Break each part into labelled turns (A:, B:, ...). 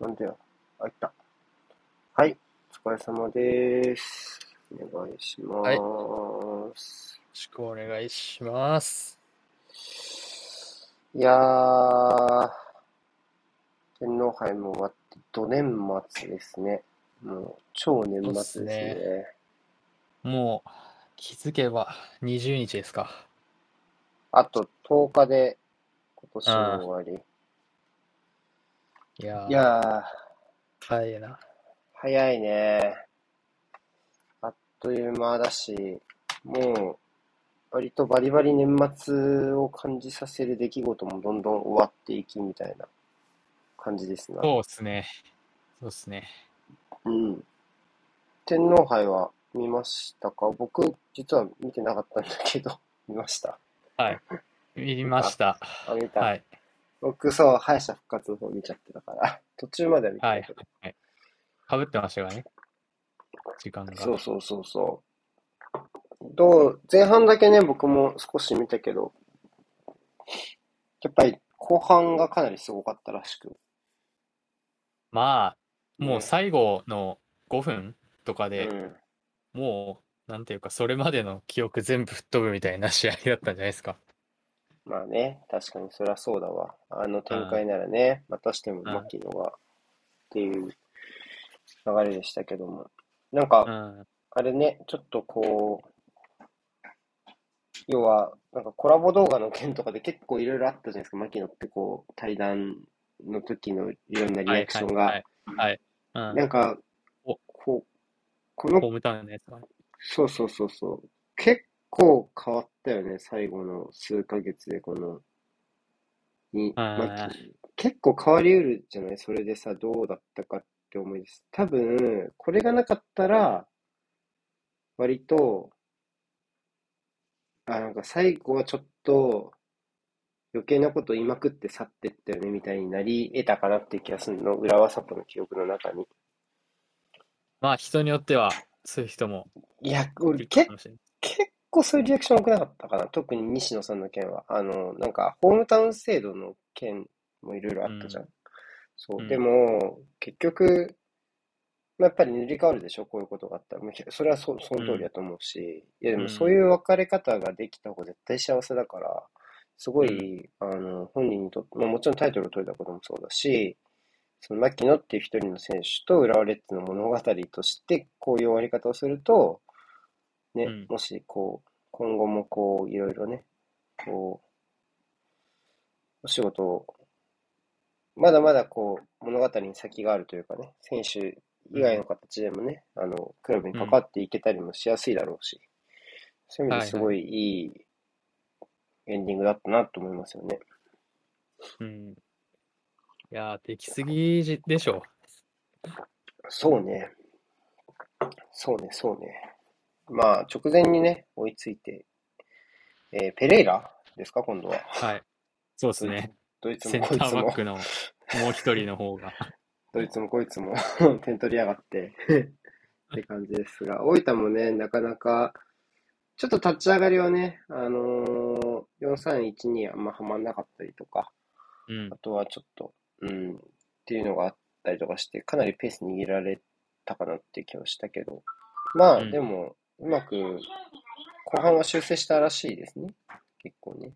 A: なんでよ。あ、いった。はい。お疲れ様です。お願いします。
B: よろしくお願いします。
A: い、やー、天皇杯も終わって、ど年末ですね。もう、超年末ですね。
B: そうっもう気づけば20日ですか。
A: あと10日で、今年も終わ
B: いや
A: り。
B: ー、
A: いやー、
B: 早いな。
A: 早いね。あっという間だし、もう、割とバリバリ年末を感じさせる出来事もどんどん終わっていきみたいな感じですな。
B: そうっすね。そうっすね。
A: うん。天皇杯は見ましたか僕、実は見てなかったんだけど、 見ました。
B: 見ました。
A: あ、見た。
B: はい。
A: 僕、そう、敗者復活の方見ちゃってたから、途中までは見て
B: は
A: た
B: い
A: けど。。
B: はい。かぶってましたからね。時間が。
A: そうそうそうそう。どう、前半だけね、僕も少し見たけど、やっぱり後半がかなりすごかったらしく。
B: まあ、も
A: ね
B: う最後の5分とか
A: う
B: で、
A: ん。
B: もう、なんていうか、それまでの記憶全部吹っ飛ぶみたいな試合だったんじゃないですか。
A: まあね、確かにそりゃそうだわ。あの展開ならね、またしても牧野がっていう流れでしたけども。なんか
B: う、ん。
A: あれね、ちょっとこう、要は、なんかコラボ動画の件とかで結構いろいろあったじゃないですか、牧野ってこう、対談の時のいろんなリアクションが。
B: はいはいはい。はい。う。
A: なんんか、
B: お
A: こう、こ
B: ホ
A: の、
B: ームタウンのやつがね。
A: そうそうそうそう、結構変わったよね、最後の数ヶ月で、この、に、
B: うん
A: まき結構変わりうるじゃないそれでさ、どうだったかって思いです。多分、これがなかったら、割と、あ、なんか最後はちょっと、余計なこと言いまくって去ってったよね、みたいになり得たかなっていう気がするの、浦和サポの記憶の中に。
B: まあ、人によっては、そういう人も
A: いや、
B: い
A: 俺、
B: る
A: け、
B: かもしれない。
A: 結構そういうリアクション多くなかったかな。特に西野さんの件は。あの、なんか、ホームタウン制度の件もいろいろあったじゃん。
B: う
A: そうう。
B: ん
A: でも、結局、まあやっぱり塗り替わるでしょ、こういうことがあったら。もうそれはそ、その通りだと思うし。いや、で
B: う
A: も
B: ん
A: そういう別れ方ができた方が絶対幸せだから、すごい、あの、本人にとって、まあもちろんタイトルを取れたこともそうだし、その牧野っていう一人の選手と浦和レッズの物語として、こういう終わり方をすると、ね、
B: うん
A: もしこう、今後もこう、いろいろね、こう、お仕事を、まだまだこう、物語に先があるというかね、選手以外の形でもね、あの、クラブに関わっていけたりもしやすいだろうし、そういう意味ですごいいいエンディングだったなと思いますよね。
B: うん。いやー、できすぎじでしょ。
A: そうね。そうね、そうね。まあ、直前にね、追いついて、えーペレイラですか、今度は。
B: はい。そうですね。
A: ドイツ
B: セ
A: も
B: ン
A: こ
B: タ
A: い
B: ー
A: つ
B: バ
A: も
B: ッ、クのもう一人の方 が。
A: ドイツもこいつも 点取りやがって って感じですが、大分もね、なかなか、ちょっと立ち上がりはね、あのー、4-3-1にあんまはまんなかったりとか、
B: うん
A: あ。とはちょっと、うん、っていうのがあったりとかして、かなりペース握られたかなって気はしたけど、まあ、
B: うん
A: でも、うまく、後半は修正したらしいですね。結構ね。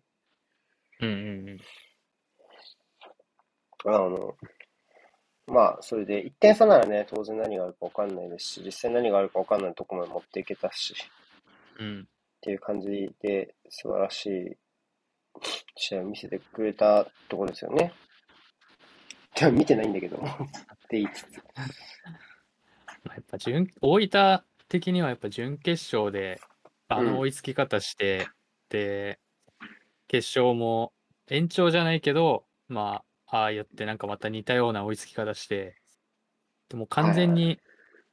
B: うんうんうん。
A: あの、まあ、それで、1点差ならね、当然何があるか分かんないですし、実際何があるか分かんないとこまで持っていけたし、っ
B: うん。
A: ていう感じで、素晴らしい試合を見せてくれたところですよね。でも見てないんだけど、 って言いつつ。
B: まあやっぱ準、大分的にはやっぱ準決勝で、あの追いつき方して、で、決勝も延長じゃないけど、まあ、ああやってなんかまた似たような追いつき方して、でも完全に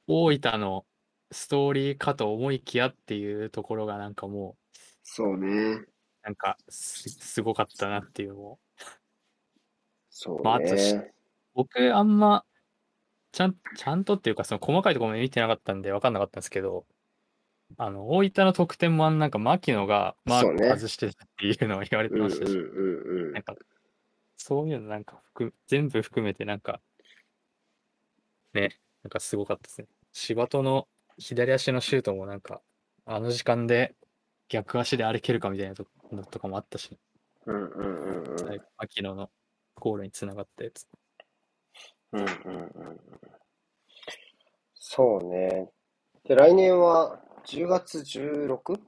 B: 大分のストーリーかと思いきやっていうところがなんかもう、
A: そうね。
B: なんかす、すごかったなっていうのを。
A: そう
B: まああとし
A: ね。
B: 僕、あんま、ちゃん、ちゃんとっていうか、その細かいところまで見てなかったんで分かんなかったんですけど、あの、大分の得点もあんなんか、牧野がマー
A: そうね
B: ク外してたっていうのを言われて
A: うんう
B: ま
A: ん
B: したし、
A: うんうん
B: なんか、そういうのなんか含め、全部含めてなんか、なんかすごかったですね。柴戸の左足のシュートもなんか、あの時間で逆足で歩けるかみたいなとのとかもあったし、
A: うんうんうんうん。
B: 最後、牧野のゴールにつながったやつ。
A: うんうんうんうん。そうね。で、来年は10月 16?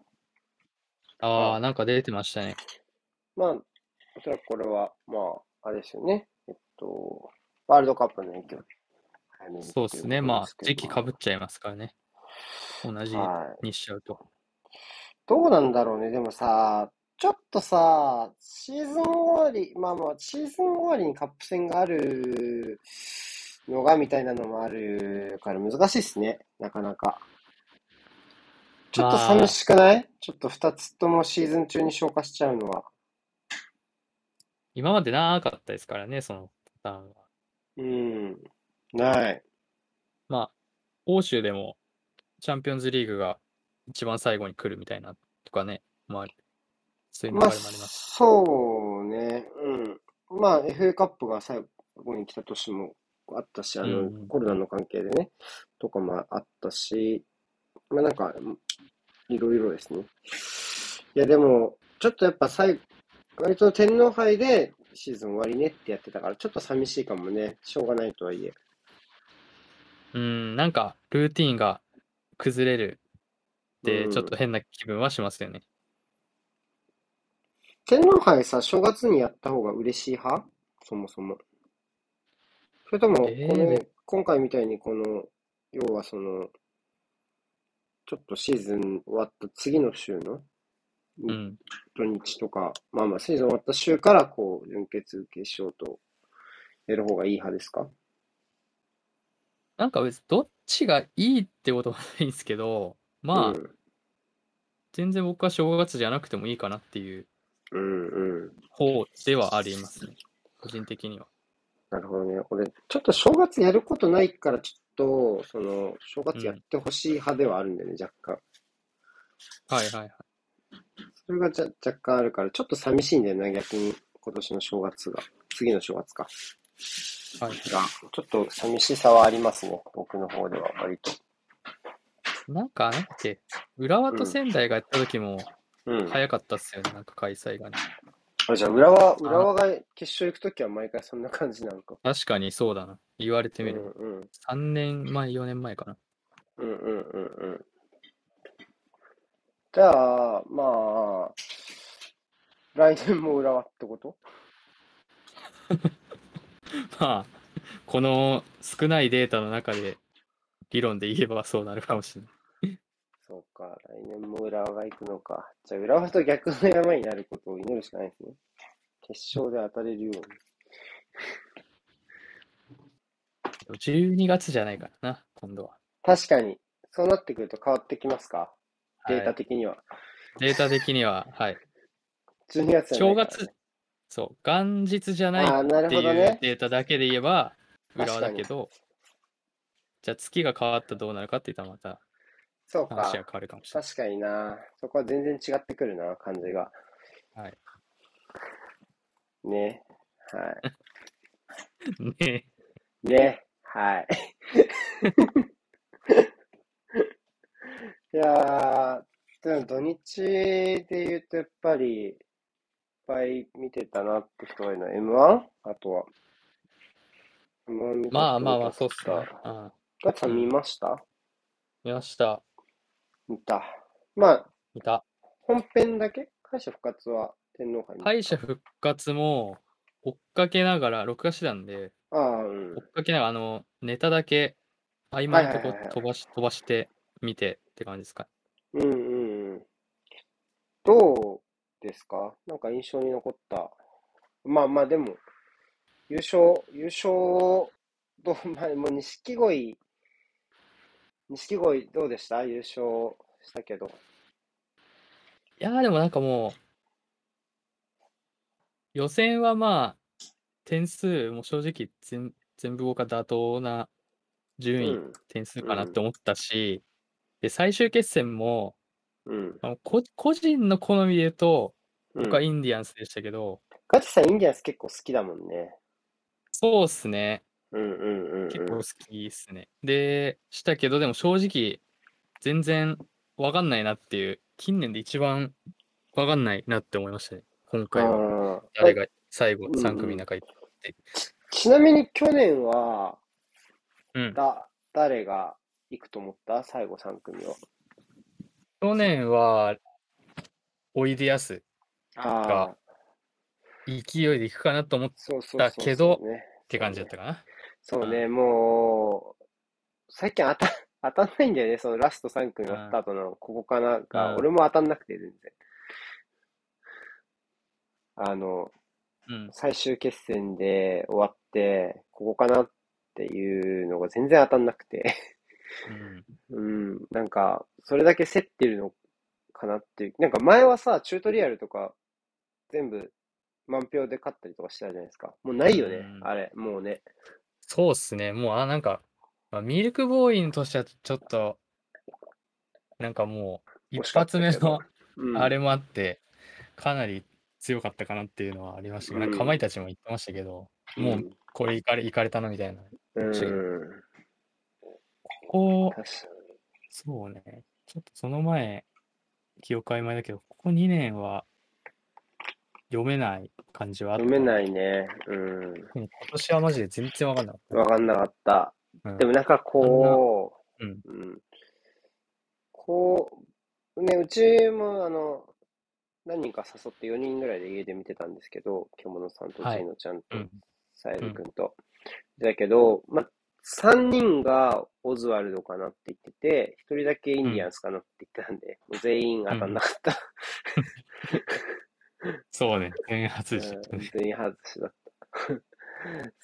B: あ
A: あ
B: あ、なんか出てましたね。
A: まあ、おそらくこれは、まあ、あれですよね。えっと、ワールドカップの影響。早めに
B: そうですね。
A: といこ
B: ま
A: と
B: あ
A: です、け
B: 時期か
A: ど
B: ぶっちゃいますからね。同じ
A: はい。
B: にしちゃうと。
A: どうなんだろうね。でもさ、ちょっとさ、シーズン終わり、まあまあ、シーズン終わりにカップ戦があるのがみたいなのもあるから難しいっすね。なかなか。ちょっと
B: ま
A: 寂
B: あ、
A: しくないちょっと2つともシーズン中に消化しちゃうのは。
B: 今までなかったですからね、そのパターンは。
A: うん。ない。
B: まあ、欧州でもチャンピオンズリーグが一番最後に来るみたいなとかね、まあ、そういう
A: まあ、
B: 流れもありますし。
A: そうね。うん。まあ、FA カップが最後に来た年もあったし、あ
B: うん
A: の、
B: うん。
A: コロナの関係でね、とかもあったし、まあなんか、いろいろですね。いや、でも、ちょっとやっぱ最後、割と天皇杯でシーズン終わりねってやってたから、ちょっと寂しいかもね。しょうがないとはいえ。
B: うん、なんかルーティーンが崩れるっ
A: う
B: て、ちょっと
A: ん。
B: 変な気分はしますよね。
A: 天皇杯さ、正月にやった方が嬉しい派そもそも。それとも、こ
B: ええー、
A: の、
B: べ
A: 今回みたいにこの、要はその、ちょっとシーズン終わった次の週の
B: う
A: に
B: ん。
A: 土日とか、まあまあシーズン終わった週からこう、準決、決勝とやる方がいい派ですか
B: なんか別にどっちがいいってことはないんですけど、
A: う
B: まあ、
A: ん、
B: 全然僕は正月じゃなくてもいいかなっていう
A: うん、うん。
B: 方ではありますね。個人的には。
A: なるほどね。俺、ちょっと正月やることないから、ちょっと、その、正
B: う
A: 月やっ
B: ん。
A: てほしい派ではあるんだよね、若干。
B: はいはいはい。
A: それがじゃ若干あるから、ちょっと寂しいんだよな、逆に。今年の正月が。次の正月か。
B: はいはい。
A: が、ちょっと寂しさはありますね、僕の方では、割と。
B: なんか、なんだっけ、浦和
A: う
B: と
A: ん、
B: 仙台がやった時も
A: うん。
B: 早かったっすよね、なんか開催がね。
A: あ、じゃあ、浦和、
B: あ
A: 浦
B: の、
A: 和が決勝行くときは毎回そんな感じなのか。
B: 確かにそうだな。言われて
A: う
B: みれ
A: ん、
B: ば。
A: うん、
B: 3年前、4年前かな。
A: うん、うん、うん、うん。じゃあ、まあ、来年も浦和ってこと
B: まあ、この少ないデータの中で、理論で言えばそうなるかもしれない。
A: そうか、来年も浦和が行くのか。じゃあ、浦和と逆の山になることを祈るしかないですね。決勝で当たれるように。
B: でも12月じゃないからな、今度は。
A: 確かに、そうなってくると変わってきますかデー
B: は
A: タ
B: い。
A: 的には。
B: データ的には、はい。
A: 12月じゃな
B: 正
A: いから
B: 月、
A: ね。
B: そう、元日じゃないっ
A: ああ、なる
B: て
A: ほど
B: いう
A: ね。
B: データだけで言えば、浦
A: 確か
B: 和だけ
A: に。
B: ど、じゃあ月が変わったらどうなるかって言ったらまた
A: そう
B: 話が
A: か。
B: 変わるかもしれ
A: 確かにな。そこは全然違ってくるな、感じが。
B: ない。はい。
A: ね。は
B: ねえ。
A: い。ね。はい。いやー、でも土日で言うと、やっぱり、いっぱい見てたなって人がいるのは M1? あとは。M1 見た
B: まあ
A: 人見
B: まあま
A: た
B: あ、
A: っ
B: そうっ
A: つっ
B: す
A: た
B: ね。
A: ら。
B: うん。
A: ガッツさ
B: うん
A: 見
B: ん。
A: ました
B: 見ました。
A: 見た。まあ、
B: 見た。
A: 本編だけ敗者復活は天皇杯見
B: 敗
A: た
B: 者復活も追っかけながら、録画してたんで、
A: ああ、うん。
B: 追っかけながら、あの、ネタだけ合間
A: はい
B: の
A: はい
B: と
A: はい
B: こ
A: は
B: 飛ば
A: い。
B: し、飛ばして見てって感じですか。
A: うんうんうん。どうですかなんか印象に残った。まあまあでも、優勝、優勝、どう、まあもう錦鯉、錦鯉どうでした優勝したけど。
B: いやーでもなんかもう、予選はまあ、点数も正直全、全部僕は妥当な
A: う
B: 順位、
A: ん、
B: 点数
A: う
B: かなって
A: ん、
B: 思ったし、で、最終決戦も、
A: うん、
B: あのこ個人の好みで言うと、
A: う
B: 僕は
A: ん。
B: インディアンスでしたけど、
A: ガチさん、インディアンス結構好きだもんね。
B: そうっすね。
A: うんうんうんうん。
B: 結構好きですね。で、したけど、でも正直、全然わかんないなっていう、近年で一番わかんないなって思いましたね。今回は。
A: あー
B: 誰が最後
A: うんうん
B: 3組の中に。
A: ちなみに去年は、
B: うん。
A: だ、誰が行くと思った最後3組を。
B: 去年は、おいでやす、
A: ああ、
B: 勢いでいくかなと思っ
A: そうそうそう
B: だ
A: そう
B: けど
A: ね。
B: て感じだったかな。
A: そうね、もう、最近当た、当たんないんだよね、そのラスト3組の
B: うん
A: スタートのここかなが、
B: うん
A: 俺も当たんなくて、全然。あの、
B: うん。
A: 最終決戦で終わって、ここかなっていうのが全然当たんなくて、
B: うん。
A: うん、なんか、それだけ競ってるのかなっていう、なんか前はさ、チュートリアルとか、全部満票で勝ったりとかしてたじゃないですか。もうないよね
B: う、ん
A: あれ、もうね。
B: そうっすね。もう、あ、なんか、まあミルクボーイとしてはちょっと、なんかもう、
A: 惜
B: 一
A: しかった
B: 発
A: けど
B: 目
A: う
B: の、
A: ん
B: あれもあって、かなり強かったかなっていうのはありましたけど、なんかかまいたちも言ってましたけど、もうこれいかれ、いかれたなみたいな。
A: うん、
B: 違
A: うん、
B: ここ、
A: 確か
B: そうね、ちょっとその前、記憶曖昧だけど、ここ2年は読めない感じはあった
A: 読め
B: い。
A: ないね。う
B: 今年はマジで全然わかんなか
A: ん。わかんなかった。
B: った。
A: でもなんかこ
B: うん、うん、
A: う、うん。こう、ね、うちもあの、何人か誘って4人ぐらいで家で見てたんですけど、獣さんと
B: はい
A: ちいのちゃんと
B: うん、
A: さゆりくんと。だけど、ま、3人がオズワルドかなって言ってて、1人だけインディアンスかなって言ってたんで、もう全員当たんなかった。
B: そうね、全発でした
A: うん
B: ね。
A: 全員外しだった。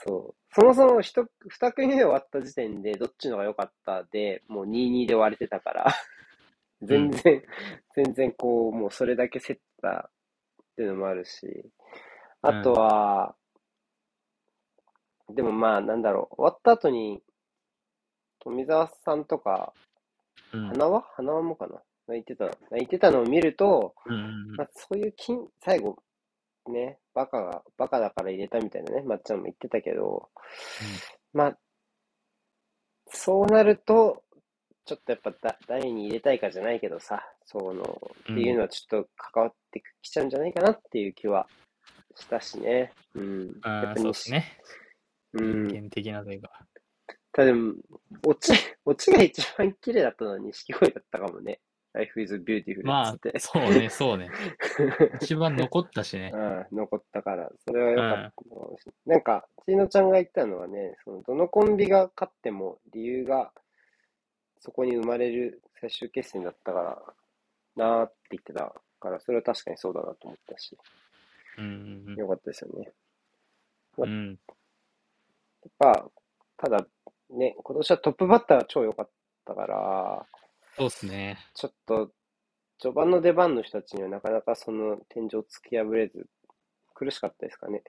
A: そう。そもそも一2組目終わった時点で、どっちのが良かったで、もう2-2で割れてたから、全然、全然こう、もうそれだけ競ったっていうのもあるし、あとは、でもまあ、なんだろう、終わった後に、富澤さんとか、
B: うん、
A: 花輪花輪もかな泣いてた、泣いてたのを見ると、
B: うんうん
A: まあ、そういう金、最後、ね、バカが、バカだから入れたみたいなね、まっちゃんも言ってたけど、まあ、そうなると、ちょっとやっぱだ誰に入れたいかじゃないけどさ、その、っていうのはちょっと関わってきちゃうんじゃないかなっていう気はしたしね。うん。
B: うん
A: やっぱ
B: そうで
A: 西
B: すね。
A: うん。
B: 原的なというか。
A: ただでも、オチ、オチが一番綺麗だったのは錦鯉だったかもね。Life is beautiful
B: ま
A: っつっ
B: あ、
A: て。
B: そうね、そ うね。一番残ったしね。
A: うん、残ったから、それは良かったと思うし、なんか、ちいのちゃんが言ったのはね、そのどのコンビが勝っても理由がそこに生まれる最終決戦だったからなーって言ってたから、それは確かにそうだなと思ったし、
B: うんうん
A: 良かったですよね。
B: うん、うん。
A: やっぱ、ただね、今年はトップバッターは超良かったから、
B: そうっすね。
A: ちょっと序盤の出番の人たちにはなかなかその天井を突き破れず、苦しかったですかね。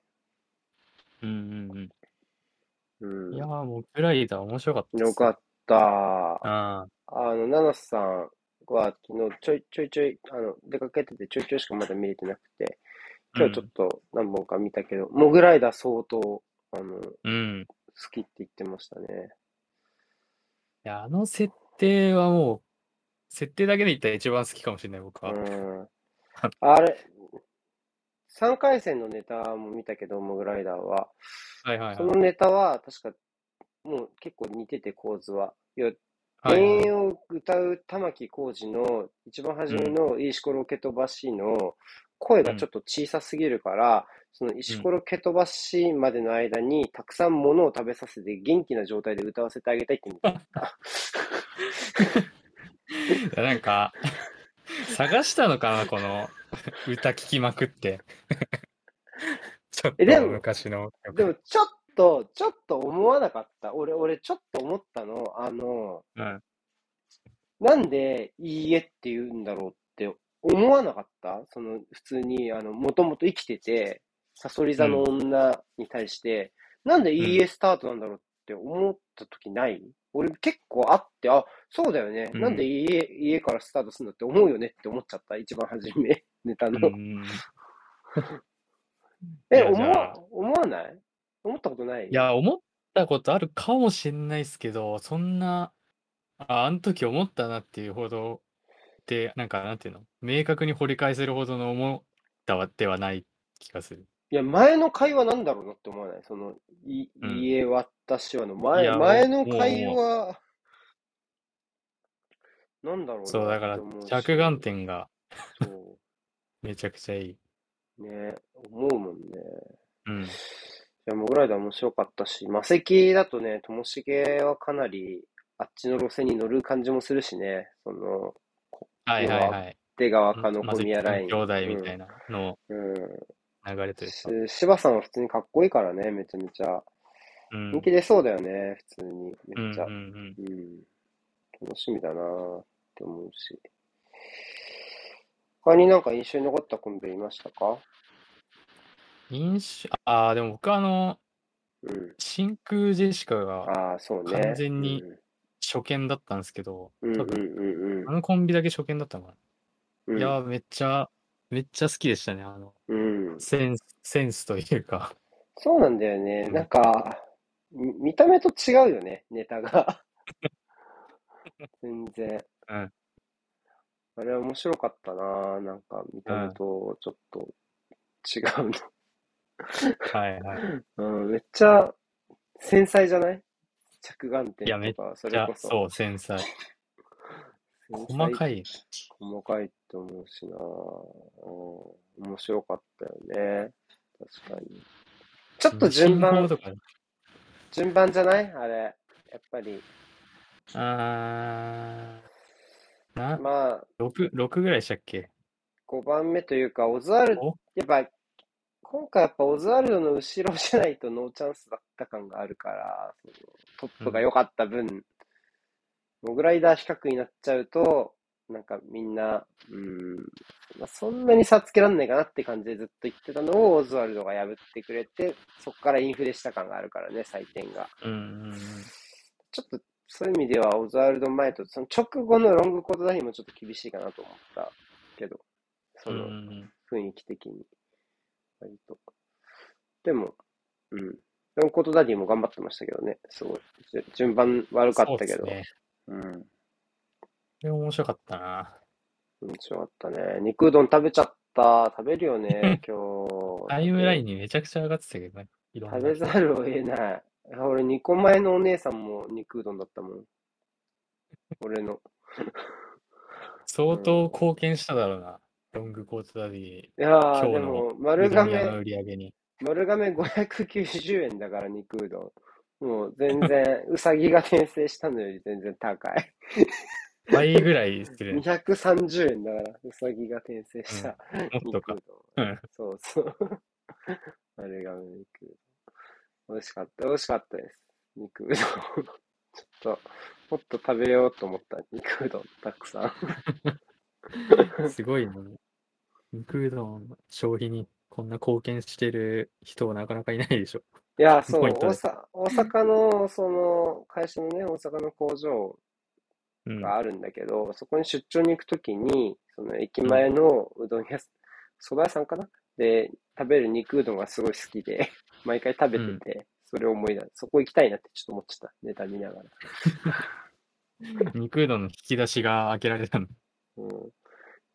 B: うんうん
A: う。
B: うんん。いやー、もうグライダー面白かったっすね。
A: よかった。
B: あ
A: あの、ナナスさんは昨日ちょいちょいちょい、あの、出かけててちょいちょいしかまだ見れてなくて、今日ちょっと何本か見たけど、モグライダー相当、あの、好
B: うん。うん。
A: きって言ってましたね。
B: いや、あの設定はもう、設定だけで言ったら一番好きかもしれない、僕
A: う
B: は。
A: ん。あれ、3回戦のネタも見たけど、モグライダーは。
B: はいはい
A: そ
B: は
A: の
B: い。
A: ネタは、確か、もう結構似てて構図は。いや、
B: はいはい
A: 永遠を歌う玉置浩二の一番初めの「いい石ころけ飛ばし」の声がちょっと小さすぎるから、その石ころけ飛ばしまでの間にたくさんものを食べさせて元気な状態で歌わせてあげたいって意味だった。
B: いやなんか、 探したのかな、この 歌聞きまくって。 ちょっ
A: えで
B: と
A: も
B: 昔の曲。
A: でもちょっと、ちょっと思わなかった。俺、俺ちょっと思ったの、あの、
B: うん。
A: なんでいいえって言うんだろうって思わなかったその普通に、あの、もともと生きてて、サソリ座の女に対して、なんでいいえスタートなんだろうって思った時ない俺結構あって、あ、そうだよね。
B: うん
A: なんでいいえ、いいえからスタートするんだって思うよねって思っちゃった。一番初め、ネタ
B: う
A: の。
B: ん、
A: え、
B: いや
A: 思
B: じゃあ
A: わ、思わない思ったことない
B: いや、思ったことあるかもしれないですけど、そんな、あ、あの時思ったなっていうほどで、なんか、なんていうの、明確に掘り返せるほどの思ったわではない気がする。
A: いや、前の会話なんだろうなって思わないその、い、
B: うん
A: 家私はの前、
B: いや
A: 前の
B: もう
A: 会話、なんだろ
B: そう、
A: う
B: だか
A: なっ
B: ら
A: て思うし、
B: 着眼点が
A: そ
B: めちゃくちゃいい。
A: う、ね、思うもんね。
B: うん。
A: いや、モグライダー面白かったし、マセキだとね、ともしげはかなり、あっちの路線に乗る感じもするしね、その、
B: はいはいはい。
A: 出川かの
B: ま
A: 小
B: ず、
A: 宮ライン。
B: 兄弟みたいなの
A: うん。うん。
B: 流れという
A: し
B: か。
A: 柴さんは普通にかっこいいからね、めちゃめちゃ。
B: うん。
A: 人気出そうだよね、普通に。
B: うん
A: めっちゃ
B: う。んうん。
A: うん。楽しみだなぁって思うし。他になんか印象に残ったコンビいましたか
B: 印象、ああ、でも僕はあの、
A: うん。
B: 真空ジェシカが
A: ああ、そうね。
B: 完全に初見だったんですけど、
A: うん。うん
B: 多
A: うん
B: 分、
A: うん
B: あのコンビだけ初見だったのか
A: うん。
B: な。いやー、めっちゃ、めっちゃ好きでしたね。あの、
A: うん。
B: センス、センスという か。
A: そうなんだよね。
B: うん
A: なんか、み見た目と違うよね、ネタ が。全然。
B: うん
A: あれは面白かったなぁなんか、見た目とちょっと違う
B: はいはい。
A: の。うん、めっちゃ繊細じゃない着眼
B: いやめ
A: 点
B: っ
A: とか、そ
B: じ
A: れ
B: ゃあ
A: こそ。
B: そう、繊細。細かい。
A: 細かいと思うしなぁ、うん、面白かったよね。確かに。ちょっと順
B: 進行
A: 番、
B: とかね
A: 順番じゃないあれ。やっぱり。
B: あーな、
A: まあ、
B: 6、六ぐらいでしたっけ
A: 5番目というか、オズワルド、
B: お
A: やっぱ、今回やっぱオズワルドの後ろじゃないとノーチャンスだった感があるから、そのトップが良かった分、モグライダー比較になっちゃうと、なんかみんな、うん、まあ、そんなに差つけらんないかなって感じでずっと言ってたのをオズワルドが破ってくれて、そこからインフレした感があるからね、採点が。
B: うんうんうん。
A: ちょっとそういう意味ではオズワルド前と、その直後のロングコートダディもちょっと厳しいかなと思ったけど、そ
B: うん
A: の、
B: うんうん。
A: 雰囲気的に。割と。でも、うん。ロンコートダディも頑張ってましたけどね。すごい。じゅ順番悪かったけ
B: そ
A: ど。
B: うっすね。
A: うん。
B: これ面白かったな。
A: 面白かったね。肉うどん食べちゃった。食べるよね、今日。
B: タイムラインにめちゃくちゃ上がってたけどね。いろんな
A: 食べざるを得ない。俺、2個前のお姉さんも肉うどんだったもん。俺の。
B: 相当貢献しただろうな。ロングコートダディ、
A: いやー、
B: 今
A: で
B: 日の
A: も、
B: う
A: 丸
B: どん屋の
A: 亀、
B: 売り上げに。
A: 丸亀590円だから、肉うどん。もう全然、うさぎが転生したのより全然高い。
B: 倍ぐらいす るね。
A: 230円だから、うさぎが転生した
B: もっと
A: 肉
B: か
A: う。
B: う
A: どん。
B: ん。
A: そうそう。あれが肉うどん。美味しかった、美味しかったです。肉うどん。ちょっと、もっと食べようと思った、肉うどん、たくさん。
B: すごいもん。肉うどん消費にこんな貢献してる人はなかなかいないでしょ。
A: いや、そう、
B: ポイント
A: 大
B: です
A: 阪大阪の、その、会社のね、大阪の工場
B: うん。
A: があるんだけど、そこに出張に行くときに、その駅前のうどん屋、蕎麦屋さんかなで、食べる肉うどんがすごい好きで、 毎回食べてて、それを思い出す。そこ行きたいなってちょっと思っちゃった。ネタ見ながら。
B: 肉うどんの引き出しが開けられたの。
A: うん、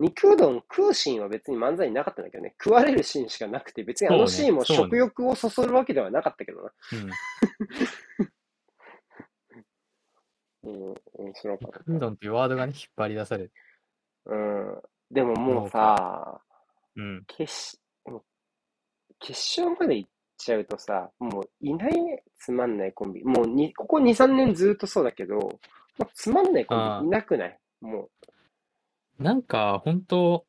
A: 肉うどん食うシーンは別に漫才になかったんだけどね、食われるシーンしかなくて、別にあの
B: そうね
A: シーンも
B: そうね
A: 食欲をそそるわけではなかったけどな。
B: うん。
A: うん、面白かった
B: 肉う。どんっていうワードがね、引っ張り出される。
A: うん。でももうさ、
B: うん。
A: 決し、もう決勝まで行っちゃうとさ、もういないね、つまんないコンビ。もうに、ここ2、3年ずっとそうだけど、もうつまんないコ
B: あ
A: ン
B: あ
A: ビいなくないも
B: なんか、本当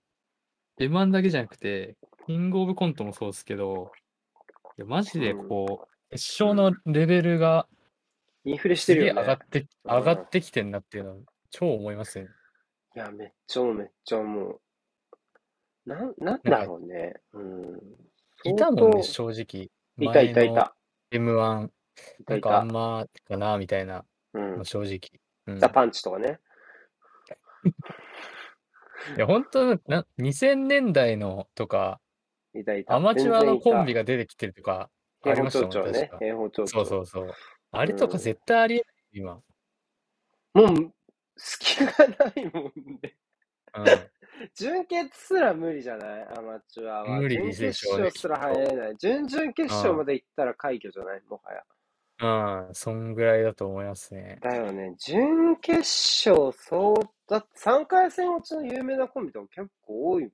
B: M1 だけじゃなくて、キングオブコントもそうですけど、いやマジでこう、決勝のレベルが
A: う、インフレし
B: す
A: てる
B: げえ
A: よ
B: 上が
A: ね
B: っ。て、
A: うん
B: 上がってきてんなっていうのは、超思いますよね。
A: いや、めっちゃ思う、めっちゃ思う。なん、なんだろうね。うん。
B: いたもんね、
A: 相
B: 正直。
A: 当いたいたい
B: 前の
A: た。
B: M1、
A: いた
B: なん
A: い
B: かあ
A: た
B: ん。まかな、みたいな、
A: うん。
B: 正直。うん、い
A: ザ・パンチとかね。
B: や、本当な、2000年代のとか、
A: いたいた。
B: アマチュアのコンビ
A: が
B: が出てきてるとか、あ
A: 平
B: り
A: 方
B: まし
A: 町
B: たもん、
A: 長
B: 確
A: ね。
B: か。
A: 平方町長。
B: そうそうそう。あれとか
A: うん
B: 絶対ありえない、今。
A: もう、隙がないもんね。
B: う
A: 準決すら無理じゃないアマチュアは。
B: 無理
A: 準
B: で
A: 決
B: しょうね
A: 勝すら入れない。準々決勝まで行ったら快挙じゃないもはや。
B: ん。うん。そんぐらいだと思いますね。
A: だよね。準決勝、そう、だって3回戦落ちの有名なコンビとか結構多かっ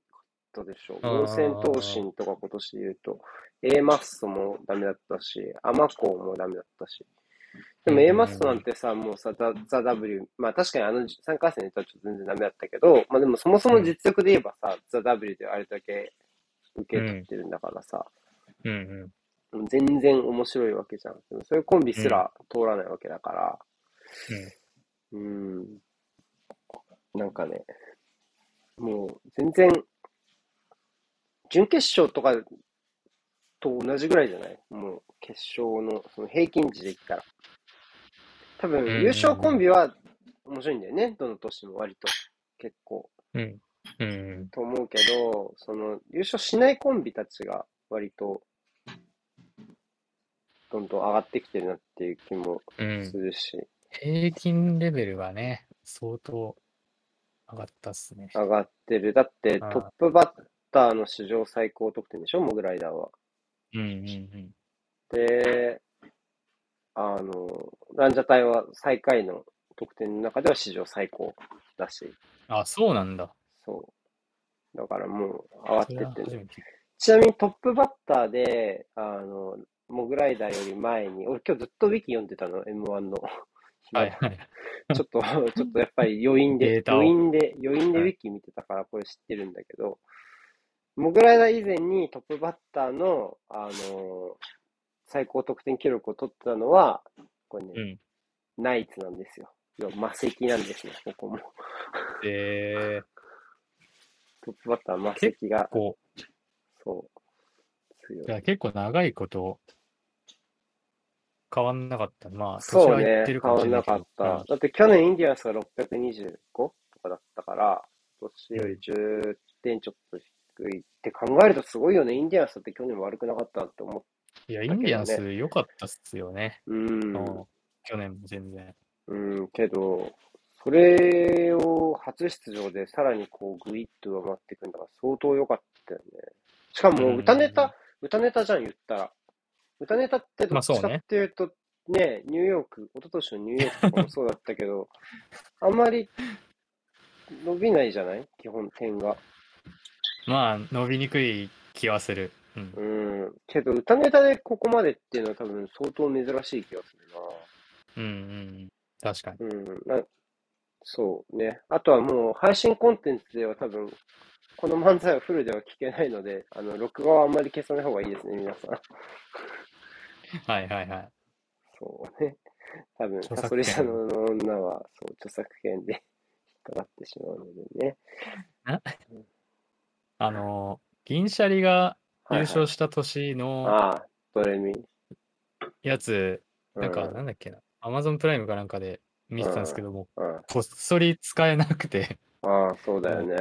A: たでしょ。
B: うん
A: 温泉闘神とか今年で言うと、A マッソもダメだったし、アマコもダメだったし。でも
B: うん
A: A マッソなんてさ、もうさ、ザ・ザ・ W、まあ確かにあの3回戦で言ったらちょっと全然ダメだったけど、まあでもそもそも実力で言えばさ、ザ・ W であれだけ受け取ってるんだからさ、
B: うんうん。
A: もう全然面白いわけじゃん。でもそういうコンビすら通らないわけだから、うーん。なんかね、もう全然、準決勝とかと同じぐらいじゃないもう決勝のその平均値でいったら。多分
B: んうんうん
A: 優勝コンビは面白いんだよね、どの年も割と。結構。
B: うん。うん。うん。
A: と思うけど、その優勝しないコンビたちが割と、どんどん上がってきてるなっていう気も
B: うん
A: す。るし。
B: 平均レベルはね、相当上がったっすね。
A: 上がってる。だって、
B: ああ
A: トップバッターの史上最高得点でしょ、モグライダーは。
B: うんうん
A: で、あの、ランジャタイは最下位の得点の中では史上最高だし、
B: うん。あ、そうなんだ。
A: そう。だからもう上がっ
B: そ
A: て
B: れは
A: って
B: 初
A: る。
B: めて聞い
A: ちなみにトップバッターで、あの、モグライダーより前に、俺今日ずっとウィキ読んでたの、M1 の。
B: た。はいはい。
A: ちょっと、ちょっとやっぱり余韻
B: デ
A: で
B: ー、タを
A: 余韻で、余韻でウ
B: はい
A: ィキ見てたからこれ知ってるんだけど、モグライダー以前にトップバッターの、あのー最高得点記録を取ったのは、これね、
B: うん
A: ナイツなんですよ。要は魔石なんですね、ここも。
B: で、
A: トップバッター魔石が、
B: こ
A: そう、強
B: う、い
A: い。
B: や結構長いこと変わんなかった。まあ、年
A: そう
B: は言
A: ね、
B: って
A: 変
B: るかも
A: わ
B: し
A: ん
B: れな
A: ない
B: け
A: か
B: ど。
A: った。だって去年インディアンスが625とかだったから、今年より10点ちょっと低いって考えるとすごいよね。インディアンスだって去年悪くなかったって思って。
B: うんいや、インディアンス良かったっすよね。
A: う
B: うん
A: ん。
B: 去年も全然。
A: うん、けど、それを初出場でさらにこうグイッと上回っていくんだから相当良かったよね。しかも歌ネタ、歌ネタじゃん言ったら。歌ネタってどっ
B: まあそう
A: ち
B: ね
A: かっていうと、ね、ニューヨーク、一昨年のニューヨークとかもそうだったけど、 あんまり伸びないじゃない基本点が。
B: まあ、伸びにくい気はする。うん
A: う。ん。けど歌ネタでここまでっていうのは多分相当珍しい気がするな。
B: うんうん。確かに。
A: うん、なそうね。あとはもう配信コンテンツでは多分、この漫才はフルでは聞けないので、 あの、録画はあんまり消さない方がいいですね、皆さん。
B: はいはいはい。
A: そうね。多分、
B: 著
A: サ
B: 作権
A: ソリさんの女は、そう、著作権で 引っかかってしまうのでね。
B: あの、銀シャリが
A: はい
B: 優
A: はい
B: 勝した年の
A: ああ、ドレミ。
B: やつ、
A: う
B: なんか、なんだっけな、アマゾンプライムかなんかで見てたんですけども、
A: うん、あ
B: こっそり使えなくて、
A: あ、そうだよね。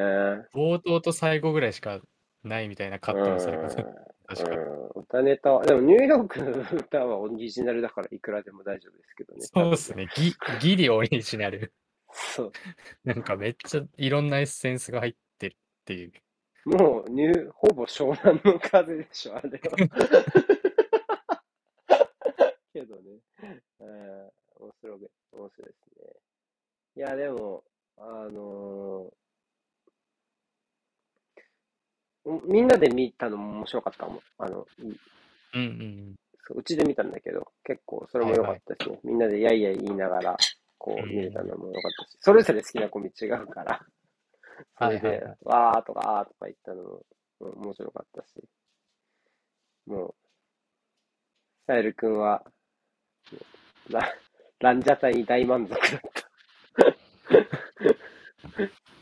B: 冒頭と最後ぐらいしかないみたいなカットのされ方、確か。
A: うん、歌ネタは、でもニューヨークの歌はオリジナルだからいくらでも大丈夫ですけどね。
B: そうですね、ギギリオリジナル。
A: そう。
B: なんかめっちゃいろんなエッセンスが入ってるっていう。
A: もう、ニュー、ほぼ湘南の風でしょ、あれは。けどね、うん、面白い、面白いですね。いや、でも、あのーおみんなで見たのも面白かったもん。あの、い
B: うんうん
A: そううちで見たんだけど、結構それも良かったしね、みんなでやいやい言いながら、こう
B: うん
A: 見れたのも良かったし、それぞれ好きなコンビ違うから、それ
B: はい
A: で
B: はいはい、
A: わーとかあーとか言ったのもうん面白かったし、もう、サエル君は、ラランジャタイに大満足だった。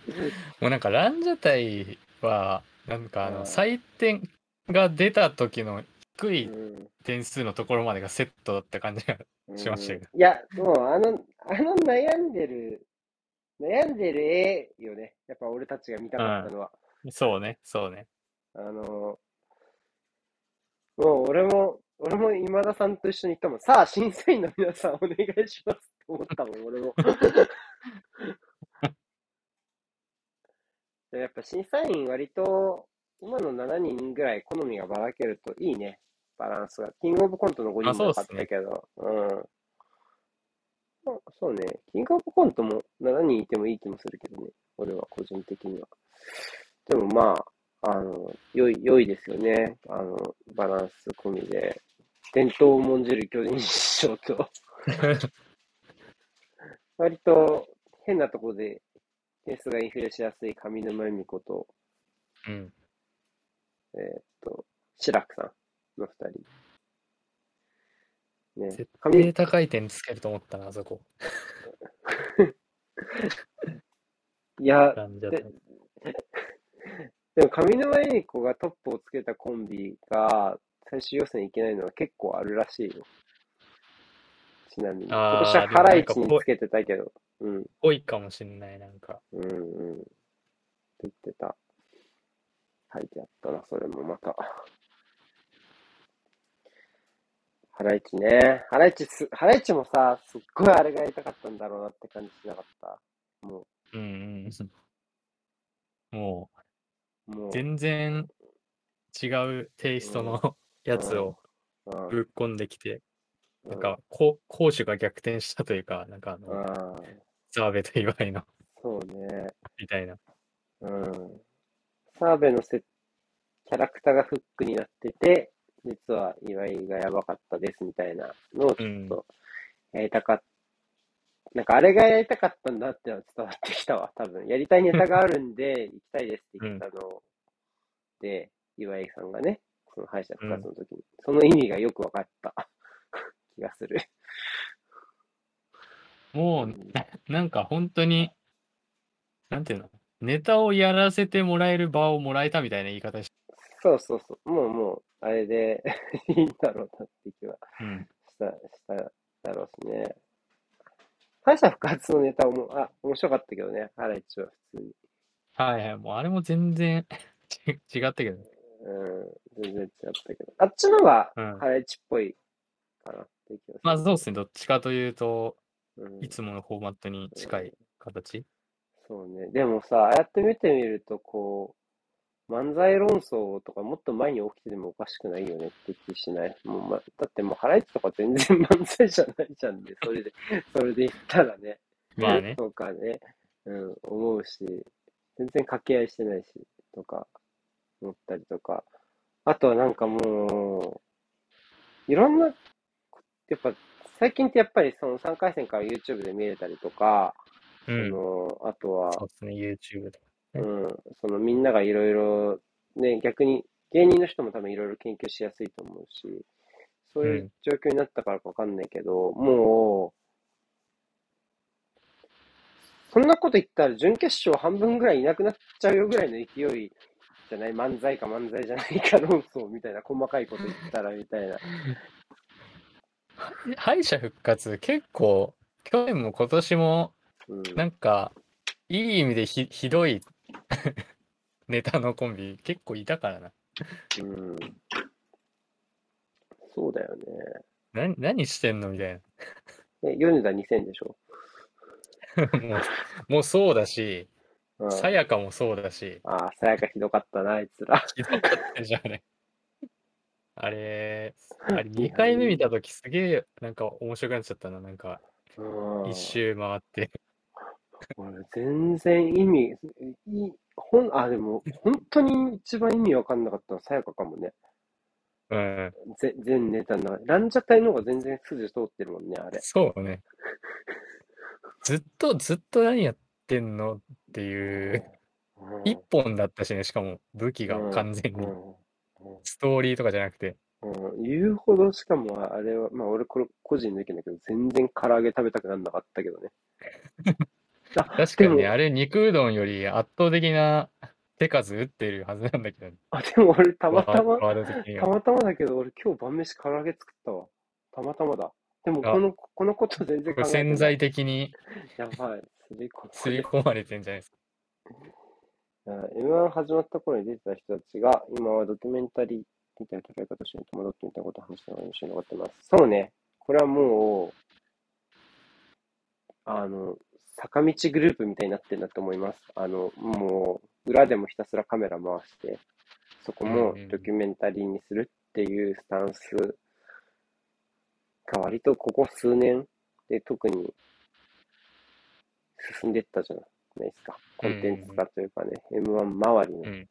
B: うん。もうなんかランジャタイは、なんかあ
A: うん
B: の、採点が出た時の低い
A: うん
B: 点数のところまでがセットだった感じ が。しましたよ
A: うんいや、もうあの、あの悩んでる、悩んでる絵よね。やっぱ俺たちが見たかったのは。
B: そうね、そうね。
A: あの、もう俺も俺も今田さんと一緒に行ったもん、さあ、審査員の皆さんお願いしますって思ったもん、俺も。でやっぱ審査員割と、今の7人ぐらい好みがばらけるといいね、バランスが。キングオブコントの5
B: あ
A: 人
B: そう
A: も
B: っ
A: かっ
B: すね
A: たけど、うん。そうそうね、キングオブコントも7人いてもいい気もするけどね、俺は個人的には。でもまあ、あの、良い、良いですよね。あの、バランス込みで。伝統を重んじる巨人師匠と、 割と変なとこで、点数がインフレしやすい上沼恵美子と、
B: うん。
A: えーっと、志らくさんの二人。ね
B: 絶、
A: 上、
B: 高い点つけると思ったな、あそこ。
A: いや、
B: なんじゃ
A: ででも上沼恵美子がトップをつけたコンビが最終予選いけないのは結構あるらしいよ。ちなみに。今
B: あー
A: 年は
B: でも
A: ハ
B: な
A: ラ
B: ん
A: イ
B: か
A: チにつけてたけど。うん、
B: 多いかもしんない、なんか。
A: うん、うん。って言ってた。書いてあったな、それもまた。ハライチね。ハライチす、ハライチもさ、すっごいあれがやりたかったんだろうなって感じしなかった。も
B: うんうん。も
A: う、もう
B: う、、全然違うテイストのやつを
A: うん
B: ぶっ込んできて、
A: うん
B: なんか、こう攻守が逆転したというか、なんかあ
A: う
B: の、
A: ん、
B: 澤部と岩井の、
A: そうね。
B: みたいな。
A: うん澤部のせキャラクターがフックになってて、実は岩井がやばかったですみたいなのをちょ
B: う
A: っ
B: ん。
A: とやりたかっなんかあれがやりたかったんだっていうのは伝わってきたわ、多分。やりたいネタがあるんで、行きたいですって言ったので、岩井さんがね、その敗者復活の時に、その意味がよく分かった 気がする。
B: もう、なんか本当に、なんていうのネタをやらせてもらえる場をもらえたみたいな言い方し、
A: そうそうそう、もうもう、あれで いいんだろうなって気は
B: うん。
A: した、しただろうしね。敗者復活のネタも、あ、面白かったけどね、ハライチは普通に。
B: はいはい、もうあれも全然 ち違ったけどね。
A: うん、全然違ったけど。あっちのが
B: うん
A: ハ。ライチっぽいかなって気がする。
B: まあそうですね、どっちかというと、
A: うん
B: いつものフォーマットに近い形。
A: そうね。でもさ、ああやって見てみると、こう、漫才論争とかもっと前に起きててもおかしくないよねって気しない。もうま、だってもうハライチとか全然 漫才じゃないじゃんね。それで、それで言ったらね。
B: まあね。
A: とかね、うん、思うし、全然掛け合いしてないし、とか、思ったりとか。あとはなんかもう、いろんな、やっぱ、最近ってやっぱりその3回戦から YouTube で見れたりとか、
B: う
A: そ
B: ん。
A: の、あとは、
B: そうですね、YouTube とか。
A: うん、そのみんながいろいろ、ね、逆に芸人の人も多分いろいろ研究しやすいと思うし、そういう状況になったからかわかんないけど、もう、そんなこと言ったら準決勝半分ぐらいいなくなっちゃうよぐらいの勢いじゃない漫才か漫才じゃないか論争みたいな細かいこと言ったらみたいな。
B: 敗者復活、結構、去年も今年も、
A: うん、
B: なんか、いい意味でひひどい ネタのコンビ、結構いたからな。
A: うん、そうだよね。
B: な何してんのみたいな。
A: ね米田2000でしょ。
B: もう、もうそうだし、
A: うん、
B: さやかもそうだし、
A: ああ、さやかひどかったな、あいつら。
B: ひどかったじゃん、あれ。あれ、あれ2回目見たときすげえ、なんか面白くなっちゃったな、なんか、
A: うん
B: 一周回って。
A: 俺全然意味、いほん、あ、でも、本当に一番意味わかんなかったのはさやかかもね。
B: うん、
A: ぜ全ネタの中で。ランジャタイの方が全然筋通ってるもんね、あれ。
B: そうね。ずっと、ずっと何やってんのっていう、
A: うん
B: 一本だったしね、しかも武器が完全
A: う
B: に。
A: ん
B: ストーリーとかじゃなくて。
A: うんうん言うほど、しかもあれは、まあ俺これ個人の意見だけど、全然唐揚げ食べたくなんなかったけどね。
B: 確かに
A: で
B: ね、
A: も
B: あれ肉うどんより圧倒的な手数打ってるはずなんだけどね、
A: あ、でも俺たまたま、
B: ワード的には
A: たまたまだけど、俺今日晩飯唐揚げ作ったわ。たまたまだ。でも
B: あ
A: この、このこと全然考えてない。
B: 潜在的に
A: やばい。すりこ
B: すり込まれてんじゃないですか。
A: うん M1 始まった頃に出てた人たちが、今はドキュメンタリーみたいな戦い方しないと戻ってみたいなことを話した方が印象に残ってます。そうね。これはもう、あの、坂道グループみたいになってるなと思います。あの、もう、裏でもひたすらカメラ回して、そこもドキュメンタリーにするっていうスタンスが割とここ数年で特に進んでったじゃないですか。コンテンツ化というかね、M1 周りの。
B: うん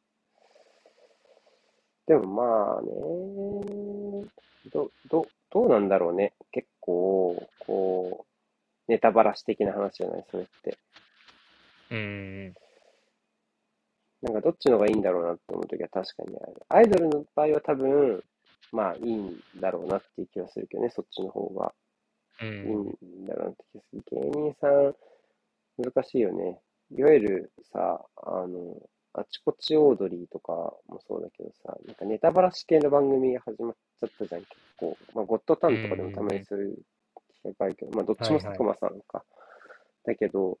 A: でもまあね、ど、ど、どうなんだろうね。結構、こう、ネタバラシ的な話じゃない、それって。
B: うん。
A: なんかどっちの方がいいんだろうなって思うときは確かにある。アイドルの場合は多分、まあいいんだろうなっていう気はするけどね、そっちの方が
B: う
A: いい
B: ん。
A: んだろうなって気がする。芸人さん、難しいよね。いわゆるさ、あの、あちこちオードリーとかもそうだけどさ、なんかネタバラシ系の番組が始まっちゃったじゃん、結構。まあ、ゴッドタンとかでもたまにそういう機会あるけど、まあ、どっちも
B: はいはい
A: 佐久間さんか。だけど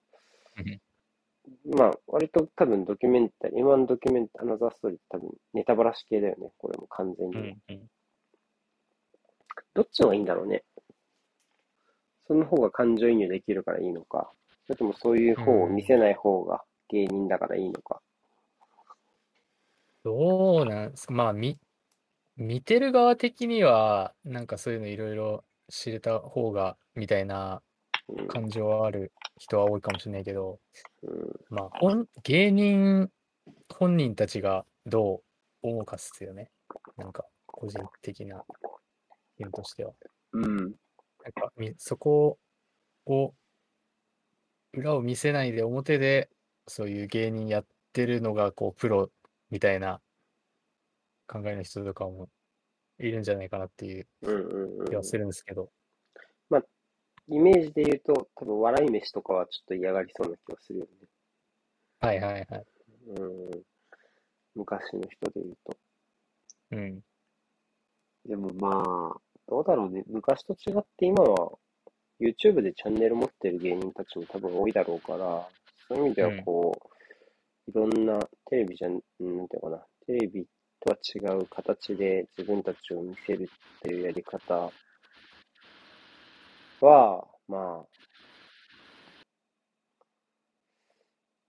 B: うん、
A: まあ、割と多分ドキュメンタリー、今のドキュメンタリー、アナザーストーリーって多分ネタバラシ系だよね、これも完全に。
B: うん。うん
A: どっちの方がいいんだろうね。その方が感情移入できるからいいのか、それともそういう方を見せない方が芸人だからいいのか。
B: どうなんすかまあ、み、見てる側的には、なんかそういうのいろいろ知れた方が、みたいな
A: うん
B: 感情はある人は多いかもしれないけど、
A: うん
B: まあ、本、芸人本人たちがどう思うかっすよね。なんか、個人的な意見としては。
A: うん
B: なんか、みそこを、裏を見せないで表で、そういう芸人やってるのが、こう、プロみたいな考えの人とかもいるんじゃないかなっていう
A: うんうん
B: 気
A: うん
B: はするんですけど。
A: イメージで言うと、多分笑い飯とかはちょっと嫌がりそうな気がするよ
B: はいはいはい。
A: ね。うん、昔の人で言うと。
B: うん。
A: でもまあ、どうだろうね。昔と違って今は YouTube でチャンネル持ってる芸人たちも多分多いだろうから、そういう意味ではこう、いろんなテレビじゃん、うんなんていうのかな、テレビとは違う形で自分たちを見せるっていうやり方は、まあ、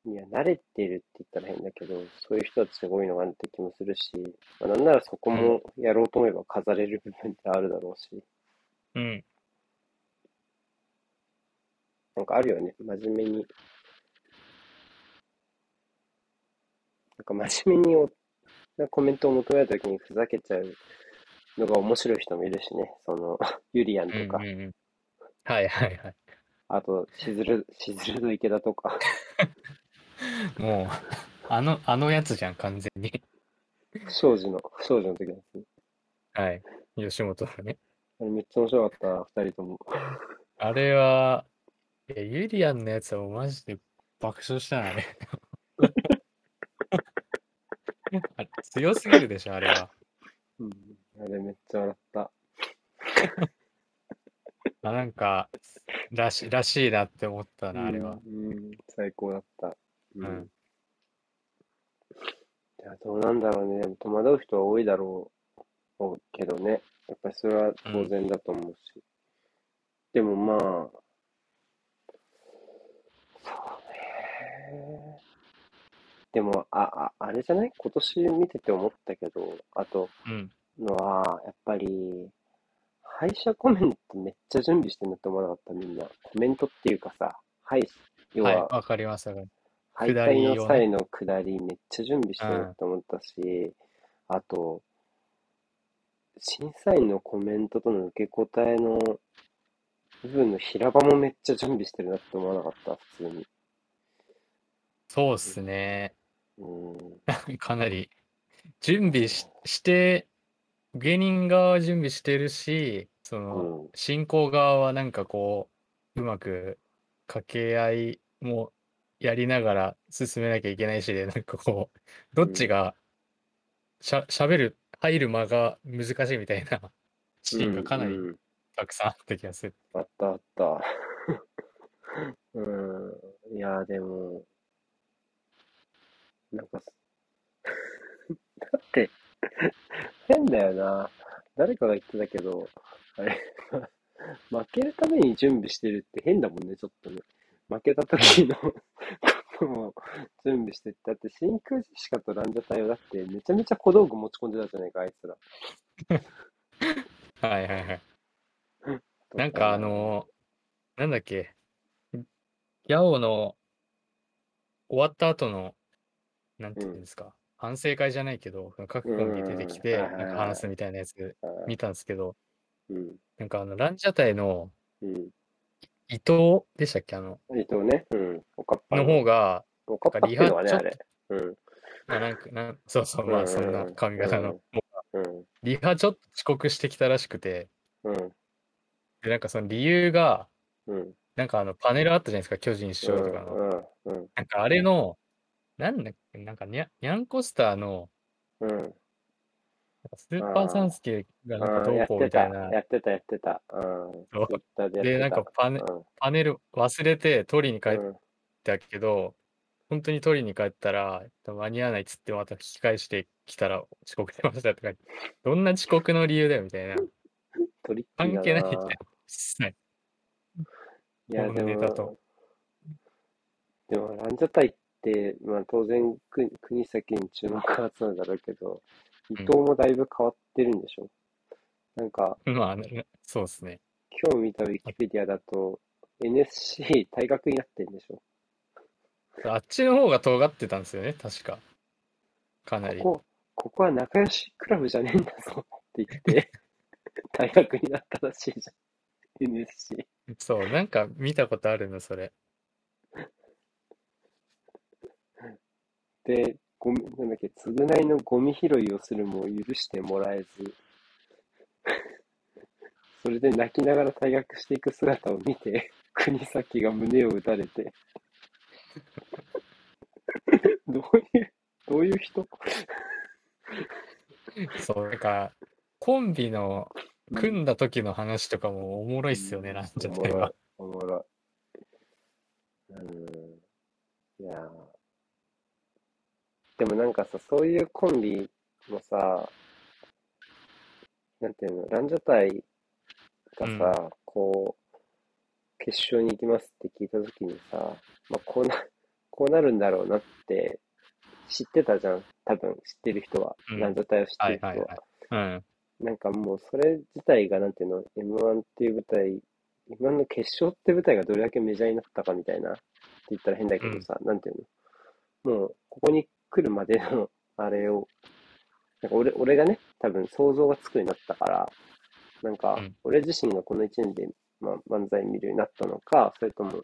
A: いや、慣れてるって言ったら変だけど、そういう人たちが多いのかなって気もするし、まあ、なんならそこもやろうと思えば飾れる部分ってあるだろうし、
B: うん。
A: なんかあるよね、真面目に。なんか真面目におなんかコメントを求めたときにふざけちゃうのが面白い人もいるしね、その、 ゆりやんと
B: うん
A: か
B: うん、うん。はいはいはい。
A: あと、しずる、 しずるの池田と か。
B: もう、あの、あのやつじゃん、完全に。
A: 少女の、少女の時のやつ。
B: はい。吉本のね。
A: あれめっちゃ面白かったな、二人とも。
B: あれは、いや、ユリアンのやつはマジで爆笑したな、あれ。 あれ強すぎるでしょ、あれは。
A: うん、あれめっちゃ笑った。
B: あ、なんか、らし、らしいなって思ったな、あれは。
A: うん、うん最高だった。う
B: うん。
A: いや、どうなんだろうね。でも戸惑う人は多いだろうけどね。やっぱりそれは当然だと思うし。でもまあ、そうね。でも、あ、あ、あれじゃない今年見てて思ったけど、あと、
B: うん。
A: のは、やっぱり、敗者コメントめっちゃ準備してんなって思わなかった、みんな。コメントっていうかさ、敗、要
B: はい、
A: は、
B: わかります、わかります
A: 敗
B: 下り
A: 退
B: をね
A: の際の下り、めっちゃ準備してるなって思ったし、あと、審査員のコメントとの受け答えの部分の平場もめっちゃ準備してるなって思わなかった、普通に。
B: そうっすね。
A: うん。
B: かなり、準備し、して、芸人側は準備してるし、その、
A: うん。
B: 進行側はなんかこう、うまく掛け合いもやりながら進めなきゃいけないしで、 なんかこう、どっちがしゃ、喋る、入る間が難しいみたいな シーンがかなり
A: うんうん
B: たくさんあった気がする。
A: あったあった。 うん。いや、でも、 なんかす、だって、変だよな。誰かが言ってたけど、あれ、 負けるために準備してるって変だもんね、ちょっとね。負けた時の ことも準備してって。だって、真空ジェシカとランジャタイはだって、めちゃめちゃ小道具持ち込んでたじゃないか、あいつら。
B: はいはいはい。なんかあ、のーなんだっけ、ヤオの終わった後の、なんていうんですか、反省会じゃないけど、各コンビ出てきて、
A: うん
B: な
A: はいはいはい
B: んか話すみたいなやつ
A: あ
B: 見たんですけど、
A: うん、
B: なんかあの、ランジャタイの
A: うん。
B: 伊藤でしたっけ、あの、
A: 伊藤ね、うん。おかっぱ
B: の方が、
A: おかっぱっていうのはね、
B: リハ
A: あれ。うん。
B: まあなんか、なんそうそう、まあそんな髪型
A: うん
B: の、
A: うん。
B: リハちょっと遅刻してきたらしくて、
A: うん。
B: で、なんかその理由が、
A: うん。
B: なんかあの、パネルあったじゃないですか、巨人師匠とかの。
A: うん。うん。
B: なんかあれの、なんだっけ、なんかにゃ、にゃんこスターの、
A: うん。
B: スーパーサンスケがなんかどうこう
A: やって
B: みた
A: た、
B: いな。
A: やってた、やってた。うん。
B: そう
A: Twitter でやって
B: で、なん
A: た
B: かパネ
A: うん
B: パネル忘れて取りに帰っ
A: うん
B: たけど、本当に取りに帰ったら、間に合わないっつってまた引き返してきたら遅刻してましたとか、どんな遅刻の理由だよみたいな。
A: トリッキーだ
B: 関係ないみたい
A: な
B: な。はい
A: いや、
B: こ
A: で
B: のネ
A: も
B: タと、
A: でも、ランジャタイって、まあ、当然国、国崎に注目が集まるだろうけど、伊藤もだいぶ変わってるんでしょ、なんか、
B: まあ、ねそうですね。
A: 今日見たウィキペディアだと、NSC 退学になってるんでしょ
B: あっちの方が尖ってたんですよね、確か。かなり。
A: ここ、ここは仲良しクラブじゃねえんだぞって言って、退学になったらしいじゃん。NSC。
B: そう、なんか見たことあるの、それ。
A: で、ゴミ、なんだっけ、償いのゴミ拾いをするも許してもらえず、 それで泣きながら退学していく姿を見て、国崎が胸を打たれて、 どういう、どういう人
B: そう、なんか、コンビの組んだ時の話とかもおもろいっすよね、
A: うん
B: ランジャタイは。
A: おもろい。おもろい。うん。いやーでもなんかさ、そういうコンビもさ、なんていうの、ランジャタイがさ、こう、決勝に行きますって聞いたときにさ、まあ、こうな、こうなるんだろうなって知ってたじゃん。多分、知ってる人は。
B: うん
A: ランジャタイを知って
B: は
A: る
B: い
A: 人
B: はい
A: は。
B: はい。うん。
A: なんかもうそれ自体がなんていうの、M1 っていう舞台、M1 の決勝って舞台がどれだけメジャーになったかみたいな、って言ったら変だけどさ、なんていうの、もうここに来るまでの あれを、なんか俺俺がね、多分想像がつくようになったから、なんか
B: うん
A: 俺自身がこの1年で、まあ、漫才見るようになったのか、それとも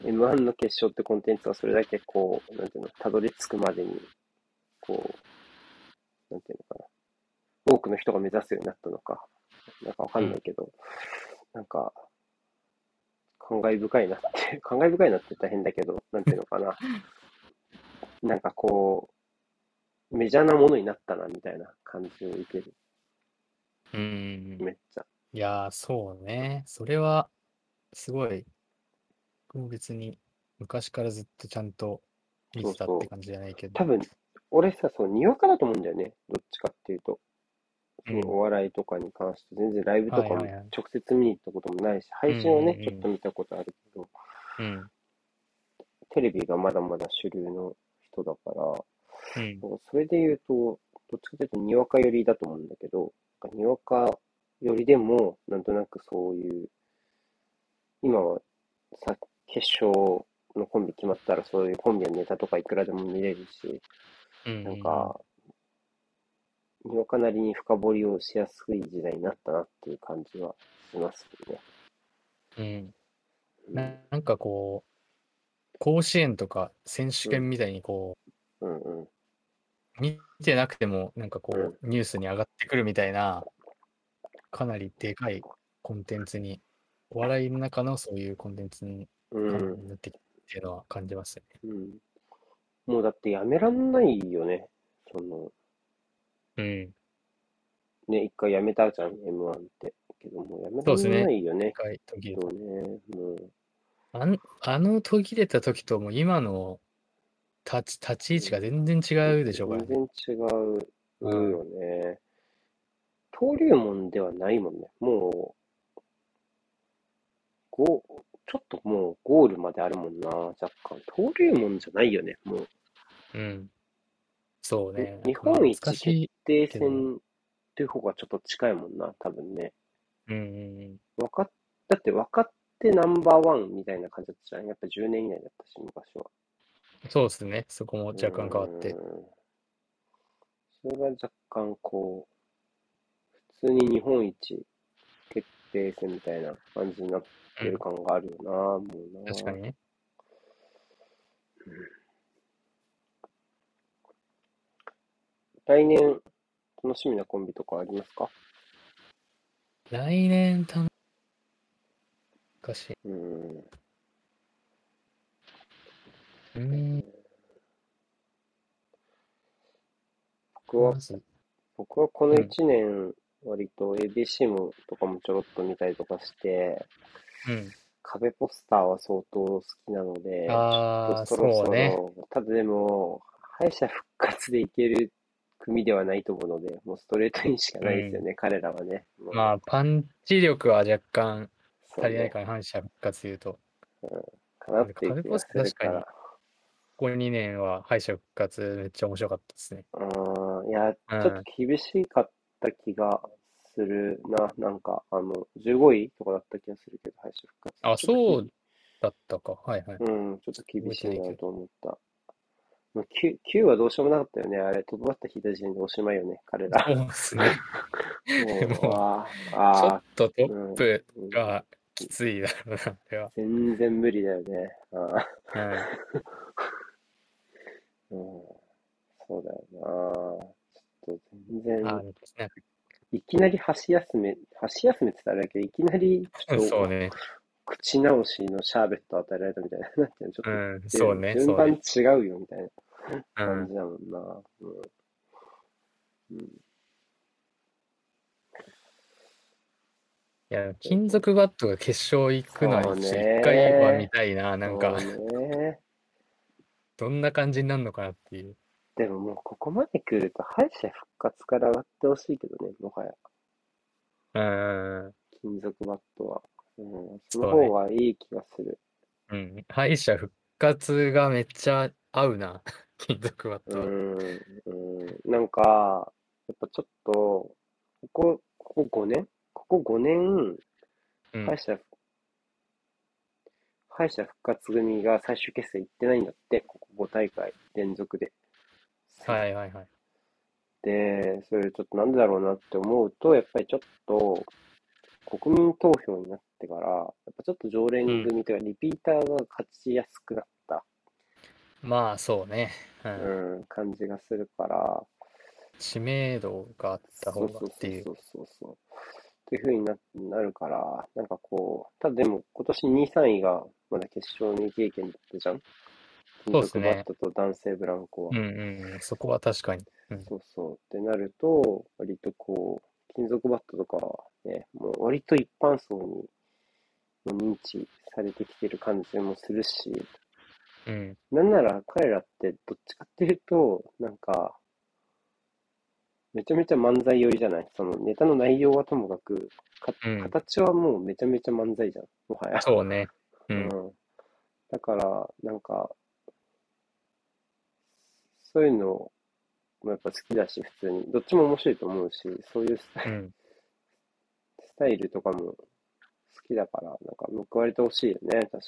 A: M1 の決勝ってコンテンツがそれだけこう、なんていうの、たどり着くまでに、こう、なんていうのかな、多くの人が目指すようになったのか、なんかわかんないけど、なんか、感慨深いなって、 感慨深いなって言ったら変だけど、なんていうのか な、なんかこう、メジャーなものになったな、みたいな感じを受ける、
B: うん。
A: めっちゃ。
B: いやー、そうね。それは、すごい。僕も別に、昔からずっとちゃんと見てた
A: そうそ
B: って
A: う
B: 感じじゃないけど。
A: 多分、俺さ、そう、にわかだと思うんだよね。どっちかっていうと。その
B: うん
A: お笑いとかに関して、全然ライブとかも
B: はいはいはい
A: 直接見に行ったこともないし、配信をね
B: うん、うん
A: ち
B: うん
A: ょっと見たことあるけど、
B: うん。
A: テレビがまだまだ主流の人だから、
B: うん。
A: もうそれで言うと、どっちかというとにわか寄りだと思うんだけど、なんかにわか寄りでも、なんとなくそういう、今はさ、決勝のコンビ決まったら、そういうコンビのネタとかいくらでも見れるし、
B: うん。
A: なんか、にわかなりに深掘りをしやすい時代になったなっていう感じはしますね。
B: うん。
A: う
B: なんなんかこう、甲子園とか選手権みたいにこ
A: うんうん
B: う、見てなくても、なんかこう、ニュースに上がってくるみたいな、かなりでかいコンテンツに、お笑いの中のそういうコンテンツに
A: うん
B: かなりなってきたっていうのは感じますよね。
A: うんもうだってやめらんないよね。その、
B: うん。
A: ね、一回やめたじゃん、M1 って。けどもうやめ
B: そ
A: ら
B: うです
A: ん
B: ね
A: ないよね
B: 一。回途切れ
A: そうね、もう。
B: あんあの途切れた時ともう今の立ち立ち位置が全然違うでしょうからね。
A: 全然違う。いるよね。登竜門ではないもんね。もう、ゴーちょっともうゴールまであるもんな、若干。登竜門じゃないよね、もう。
B: うん。そうね。
A: 日
B: なんか
A: 本一
B: 難しい。
A: 定戦という方がちょっと近いもんな、多分ね。
B: うんうんうん。
A: わかっ、だって分かってナンバーワンみたいな感じだったじゃん。やっぱ10年以内だったし、昔は。
B: そうですね。そこも若干変わって
A: う。ん。それが若干こう、普通に日本一決定戦みたいな感じになってる感があるよな、もうな。
B: 確かにね。
A: 来年、楽しみなコンビとかありますか
B: 来年たの難しい。
A: うん。
B: うーん。
A: 僕は
B: ま、ず
A: 僕はこの
B: うん
A: 1年、割と ABC もとかもちょろっと見たりとかして、
B: うん。
A: 壁ポスターは相当好きなので、
B: ああ、
A: そ
B: そ
A: ろそう
B: ね。
A: ろ、ただでも、敗者復活でいける組ではないと思うので、もうストレートにしかないですよね、彼らはね。もう
B: まあ、パンチ力は若干
A: そう
B: 足りない
A: ね
B: から、反射復活で言うと。
A: かなっていう
B: 壁
A: 気
B: ポ
A: が
B: ス
A: す
B: ター
A: る
B: 確か
A: か
B: に
A: ら。
B: ここ2年は敗者復活めっちゃ面白かったですね。
A: うん、いや、ち
B: う
A: ょ
B: ん
A: っと厳しかった気がするな、なんか、あの、15位とかだった気がするけど、敗者復活。
B: あ、
A: ちょっと
B: そうだったか。はいはい。
A: うん、ちょっと厳しい
B: 覚えてない
A: な
B: け
A: と思った。まあ、9、9はどうしようもなかったよね。あれ、とどまって引いた時点でおしまいよね、彼 ら。
B: そうですね。
A: もう、
B: もう
A: あー
B: ちょ
A: あ
B: っとトップ
A: ー、うん
B: がきついだろうな、あれは。
A: 全然無理だよね。ああ、
B: うん
A: うん、そうだよな。ちょっと全
B: あ
A: 然、
B: ーなんか
A: いきなり箸休め、箸休めって言ったらあれだけど、いきなりちょっ
B: そう
A: と
B: ね。
A: 口直しのシャーベット与えられたみたいな、なんていうの、ちょ
B: う
A: っ
B: ん、
A: と
B: そうね。
A: 順
B: そう
A: 番
B: ね。
A: 違うよみたいな
B: う
A: 感
B: ん
A: じだもんな。うん。うん
B: いや、金属バットが決勝行くのは
A: そう
B: 一
A: ね
B: 一回は見たいな、なんか、
A: そうね。
B: どんな感じになるのかなっていう。
A: でももうここまで来ると敗者復活から上がってほしいけどね、もはや。
B: うん、
A: 金属バットは。うん、その
B: そうね
A: 方がいい気がする。
B: うん。敗者復活がめっちゃ合うな、 金属バッ
A: う
B: トは。
A: ん、うん。なんか、やっぱちょっと、ここ、ここ5年ここ5年、
B: うん
A: 敗者、敗者復活組が最終決戦行ってないんだって、ここ5大会連続で。
B: はいはいはい。
A: で、それちょっとなんでだろうなって思うと、やっぱりちょっと、国民投票になってから、やっぱちょっと常連組というか、リピーターが勝ちやすくなった、
B: まあそうね。うん。
A: うん、感じがするから、
B: 知名度があった
A: そ
B: 方
A: う
B: が
A: そう
B: っていう。
A: そうそうそうそう。というふうにななるから、なんかこう、ただでも今年2、3位がまだ決勝未経験だったじゃん。
B: そうっすね
A: 金属バットと男性ブランコは
B: うん。うんうん。そこは確かに。うん
A: そうそう。ってなると、割とこう、金属バットとかはね、もう割と一般層に認知されてきてる感じもするし、
B: うん。
A: なんなら彼らってどっちかっていうと、なんか、めちゃめちゃ漫才寄りじゃないそのネタの内容はともかく、か
B: うん
A: 形はもうめちゃめちゃ漫才じゃん、もはや。
B: そうね。うん。
A: うんだから、なんか、そういうのもやっぱ好きだし、普通に。どっちも面白いと思うし、そういうスタイ
B: う
A: ル
B: ん。
A: スタイルとかも好きだから、なんか報われてほしいよね、確か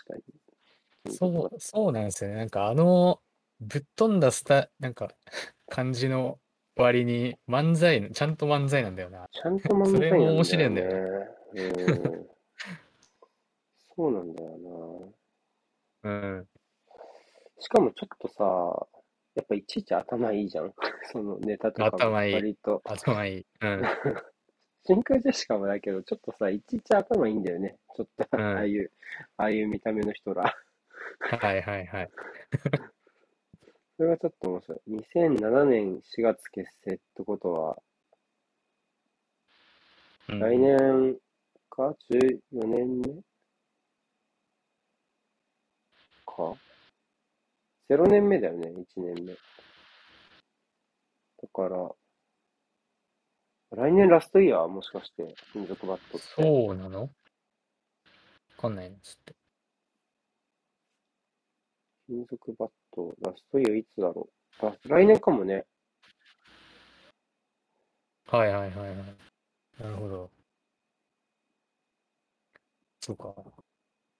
A: に。
B: そう、そうなんですよね。なんかあの、ぶっ飛んだスタ、なんか感じの割に漫才の、ちゃんと漫才なんだよな。
A: ちゃんと漫
B: そ
A: 才なんだよね。
B: れも面白いんだ
A: うん。そうなんだよ
B: うん。
A: な。しかもちょっとさ、やっぱいちいち頭いいじゃん。 そのネタとかも
B: 頭いい
A: 割と。
B: 頭いい。 うん。
A: 真空ジェシカもだけど、ちょっとさ、いちいち頭いいんだよね。ちょっと、
B: うん
A: ああいう、ああいう見た目の人ら。
B: はいはいはい。
A: それがちょっと面白い。2007年4月結成ってことは、
B: うん
A: 来年か ?14 年目か ?0 年目だよね、1年目。だから、来年ラストイヤーもしかして、金属バットって。
B: そうなのわかんないな、ちょっと。
A: 金属バット、ラストイヤーいつだろう。あ、来年かもね。
B: はいはいはいはい。なるほど。そうか。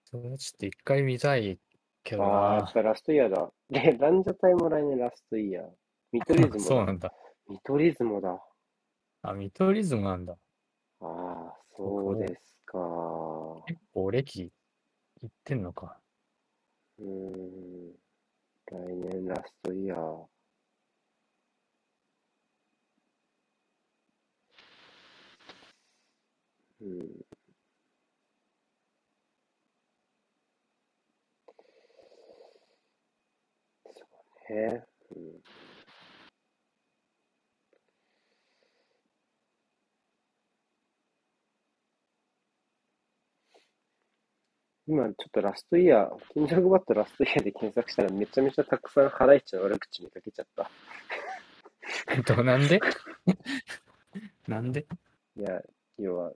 B: それはちょっと一回見たいけど
A: ああ、やっ
B: な。
A: ぱラストイヤーだ。 で、ランジャタイも来年ラストイヤー。見取り図
B: そう
A: も
B: な
A: だ。
B: んだ。
A: 見取り図もだ。
B: あ、見取り図もなんだ。
A: ああ、そうですか。う
B: 結構歴いってんのか。
A: ーん。来年ラストイヤー。うん。そうね。うん。今ちょっとラストイヤー、金属バットラストイヤーで検索したらめちゃめちゃたくさんハライチの悪口見かけちゃった。
B: ど、なんで なんで
A: いや、要は、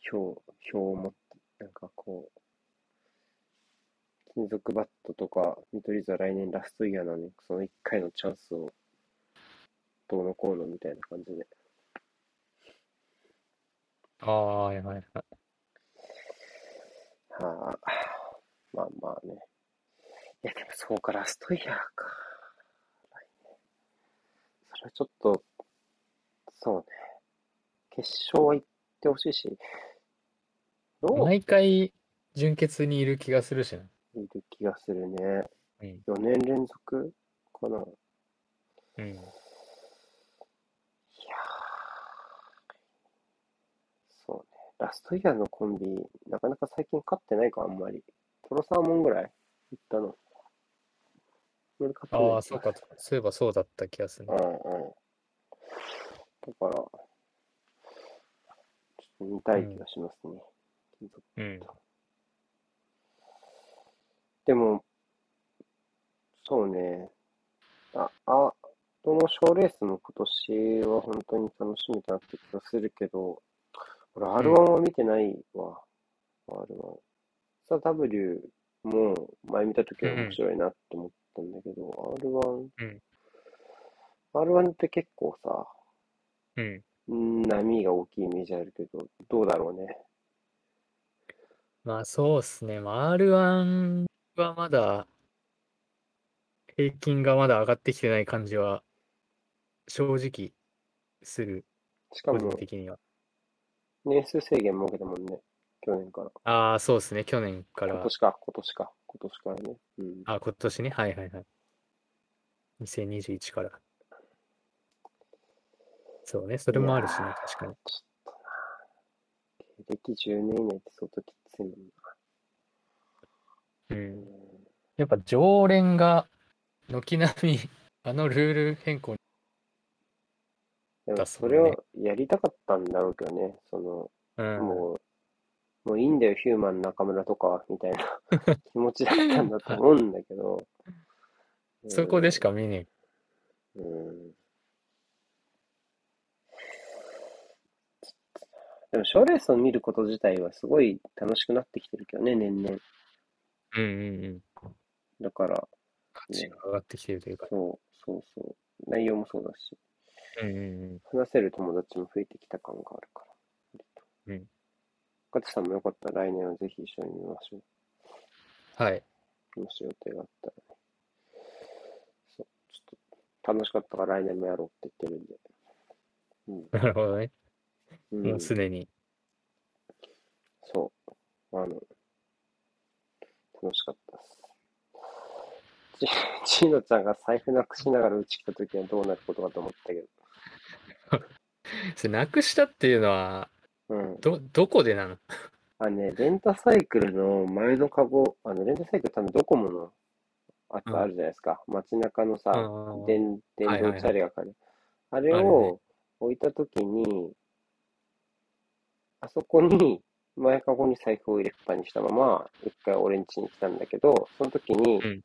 A: 票、票を持って、なんかこう、金属バットとか、見取り図は来年ラストイヤーなのに、その1回のチャンスを、どうのこうのみたいな感じで。
B: ああ、はいはいはい。
A: はあ、まあまあね。いや、でもそうか、ラストイヤーか。それはちょっと、そうね。決勝は行ってほしいし、どう
B: 毎回、純潔にいる気がするしな。
A: いる気がするね。
B: うん。
A: 4年連続かな。いや
B: うん。
A: ーそうね。ラストイヤーのコンビ、なかなか最近勝ってないか、あんまり。トロサーモンぐらい行ったの。俺勝ってない
B: ああ、そうか。そういえばそうだった気がする
A: う
B: ね
A: んうん。だから、ちょっと見たい気がしますね。金属
B: うん。
A: でも、そうね。あ、あ、どの賞レースも今年は本当に楽しみだなって気がするけど、俺 R1 は見てないわ。R1。さ、W も前見た時は面白いなって思ったんだけど、
B: うん。
A: R1、R1 って結構さ、
B: うん。
A: うん波が大きいイメージあるけど、どうだろうね。
B: まあそうっすね。まあ R1 はまだ、平均がまだ上がってきてない感じは、正直する、
A: しか
B: 個人
A: も、
B: 的には。
A: 年数制限設けたもんね。去年から。
B: ああ、そうっすね。去年か
A: 今
B: ら、
A: 年か、今年か、今年からね。うん。
B: あ、今年ね。はいはいはい。2021から。そうね。それもあるしね。確かに。
A: ちょっとな、歴10年以内って相当きついもんな。う
B: う
A: ん
B: ん。やっぱ常連が軒並みあのルール変更に
A: でも、
B: だそ
A: そうれ
B: だね
A: をやりたかったんだろうけどね。その、
B: うん
A: もう、もういいんだよ、ヒューマン中村とか、みたいな 気持ちだったんだと思うんだけど。
B: そこでし
A: か。
B: か見ね
A: うん。でも、賞レースを見ること自体はすごい楽しくなってきてるけどね、年々。
B: え。うんうんうん。
A: だから、
B: 価値が上がってきてるというか。
A: そう、そうそう。内容もそうだし、
B: うんうん
A: 話せる友達も増えてきた感があるから。
B: うん。うん。
A: ガチさんもよかったら来年はぜひ一緒に見ましょ
B: はい。
A: う。もし予定があったらね。そう、ちょっと、楽しかったから来年もやろうって言ってるんで。
B: なるほどね。
A: うん。
B: も
A: うん
B: う、すでに。
A: そう。あの、楽しかったです。ち、ちー のちゃんが財布なくしながらうち来た時はどうなることかと思ったけど。
B: それなくしたっていうのは、
A: うん。
B: ど、どこでなの
A: あのね、レンタサイクルの前のカゴ、あの、レンタサイクル多分ドコモのあ
B: うん
A: あるじゃないですか。街中のさ、
B: あー
A: 電、電
B: はいは
A: 動
B: いはい
A: チャリがかる。あれ
B: あるね
A: を置いたときに、あそこに前かごに財布を入れっぱにしたまま、一回俺ん家に来たんだけど、その時に
B: うん、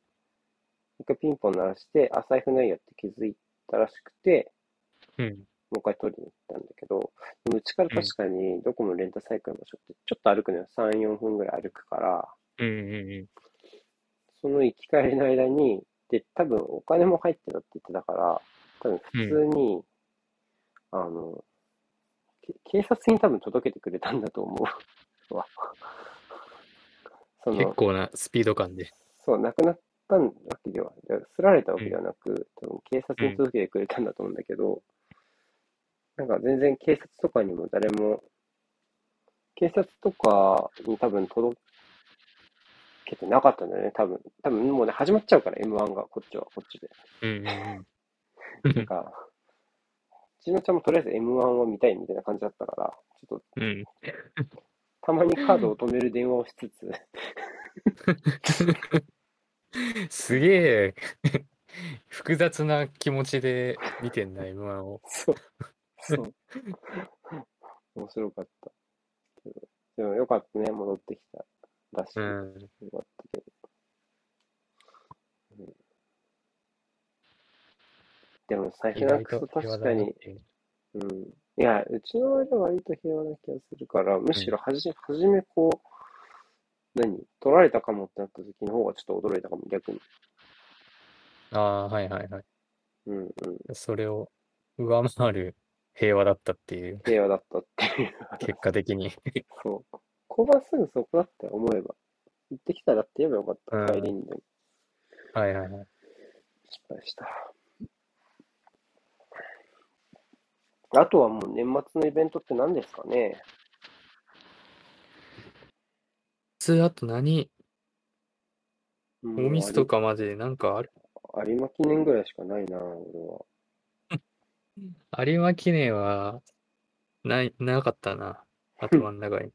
A: 一回ピンポン鳴らして、あ、財布ないよって気づいたらしくて、
B: うん。
A: もう一回取りに行ったんだけど、でもうちから確かにどこもレンタサイクルの場所って、ちょっと歩くのよ。3、4分ぐらい歩くから、
B: うんう
A: その行き帰りの間に、で、多分お金も入ってたって言ってたから、多分普通に、あの、け警察に多分届けてくれたんだと思うわ。 そ
B: んうん。結
A: の、
B: 構なスピード感で。
A: そう、亡くなったわけでは、ですられたわけではなく、多分警察に届けてくれたんだと思うんだけど、なんか全然警察とかにも誰も、警察とかに多分届けてなかったんだよね、多分。多分もうね、始まっちゃうから、M1 が、こっちは、こっちで。
B: うんうん
A: なんか、ちのちゃんもとりあえず M1 を見たいみたいな感じだったから、ちょっと
B: うん。うん。
A: たまにカードを止める電話をしつつ、
B: すげえ 複雑な気持ちで見てんな、M1 を。
A: そう。そう。 面白かったけど。でもよかったね、戻ってきたらしく。
B: う
A: よ
B: ん。
A: かったけど。うんでもさ、ひ
B: 意
A: ら
B: 外
A: くそ
B: と平和
A: 確
B: だ
A: か
B: なっ
A: に、
B: ていう
A: うん。いや、うちの親は割と平和な気がするから、むしろはじ、はじめこう、何取られたかもってなった時の方がちょっと驚いたかも、逆に。
B: ああ、はいはいはい。
A: うんうん。
B: それを上回る 平和だったっていう、
A: 平和だったっていう。
B: 結果的に。
A: そう。交番すぐそこだって思えば。行ってきたらって言えばよかった。
B: うん
A: 帰りにでも
B: はいはいはい。
A: 失敗した。あとはもう年末のイベントって何ですかね
B: 普通、あと何、
A: もう
B: 大ミスとかまでなんかある
A: 有有馬記念ぐらいしかないな、俺は。
B: 有馬記念は、ない、なかったな。頭の中 に。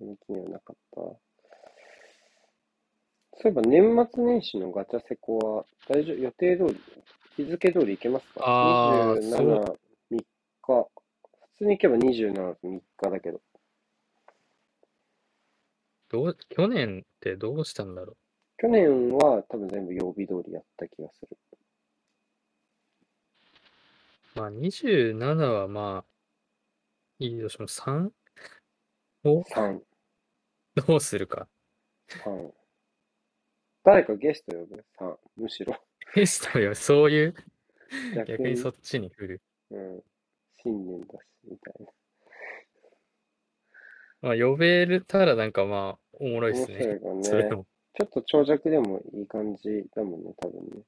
A: 有馬記念はなかった。そういえば年末年始のガチャセコは大丈夫、予定通り、日付通り行けますか
B: あー
A: ?27、3日。普通に行けば27、3日だけど。
B: どう、去年ってどうしたんだろ
A: 去年は多分全部曜日通りやった気がする。
B: う。まあ、27はまあ、いいとしても 3? を
A: 3、
B: どうするか。
A: 3。誰かゲスト呼ぶ ?3、むしろ。
B: ゲストよ、そういう、
A: 逆
B: 逆に
A: に、
B: そっちに振る。
A: うん、新年だし、みたいな。
B: まあ、呼べるたらなんかまあ、おもろいっ
A: 面
B: すね。
A: 白い
B: それ
A: から
B: で
A: ね。
B: も。
A: ちょっと長尺でもいい感じだもんね、多分ね。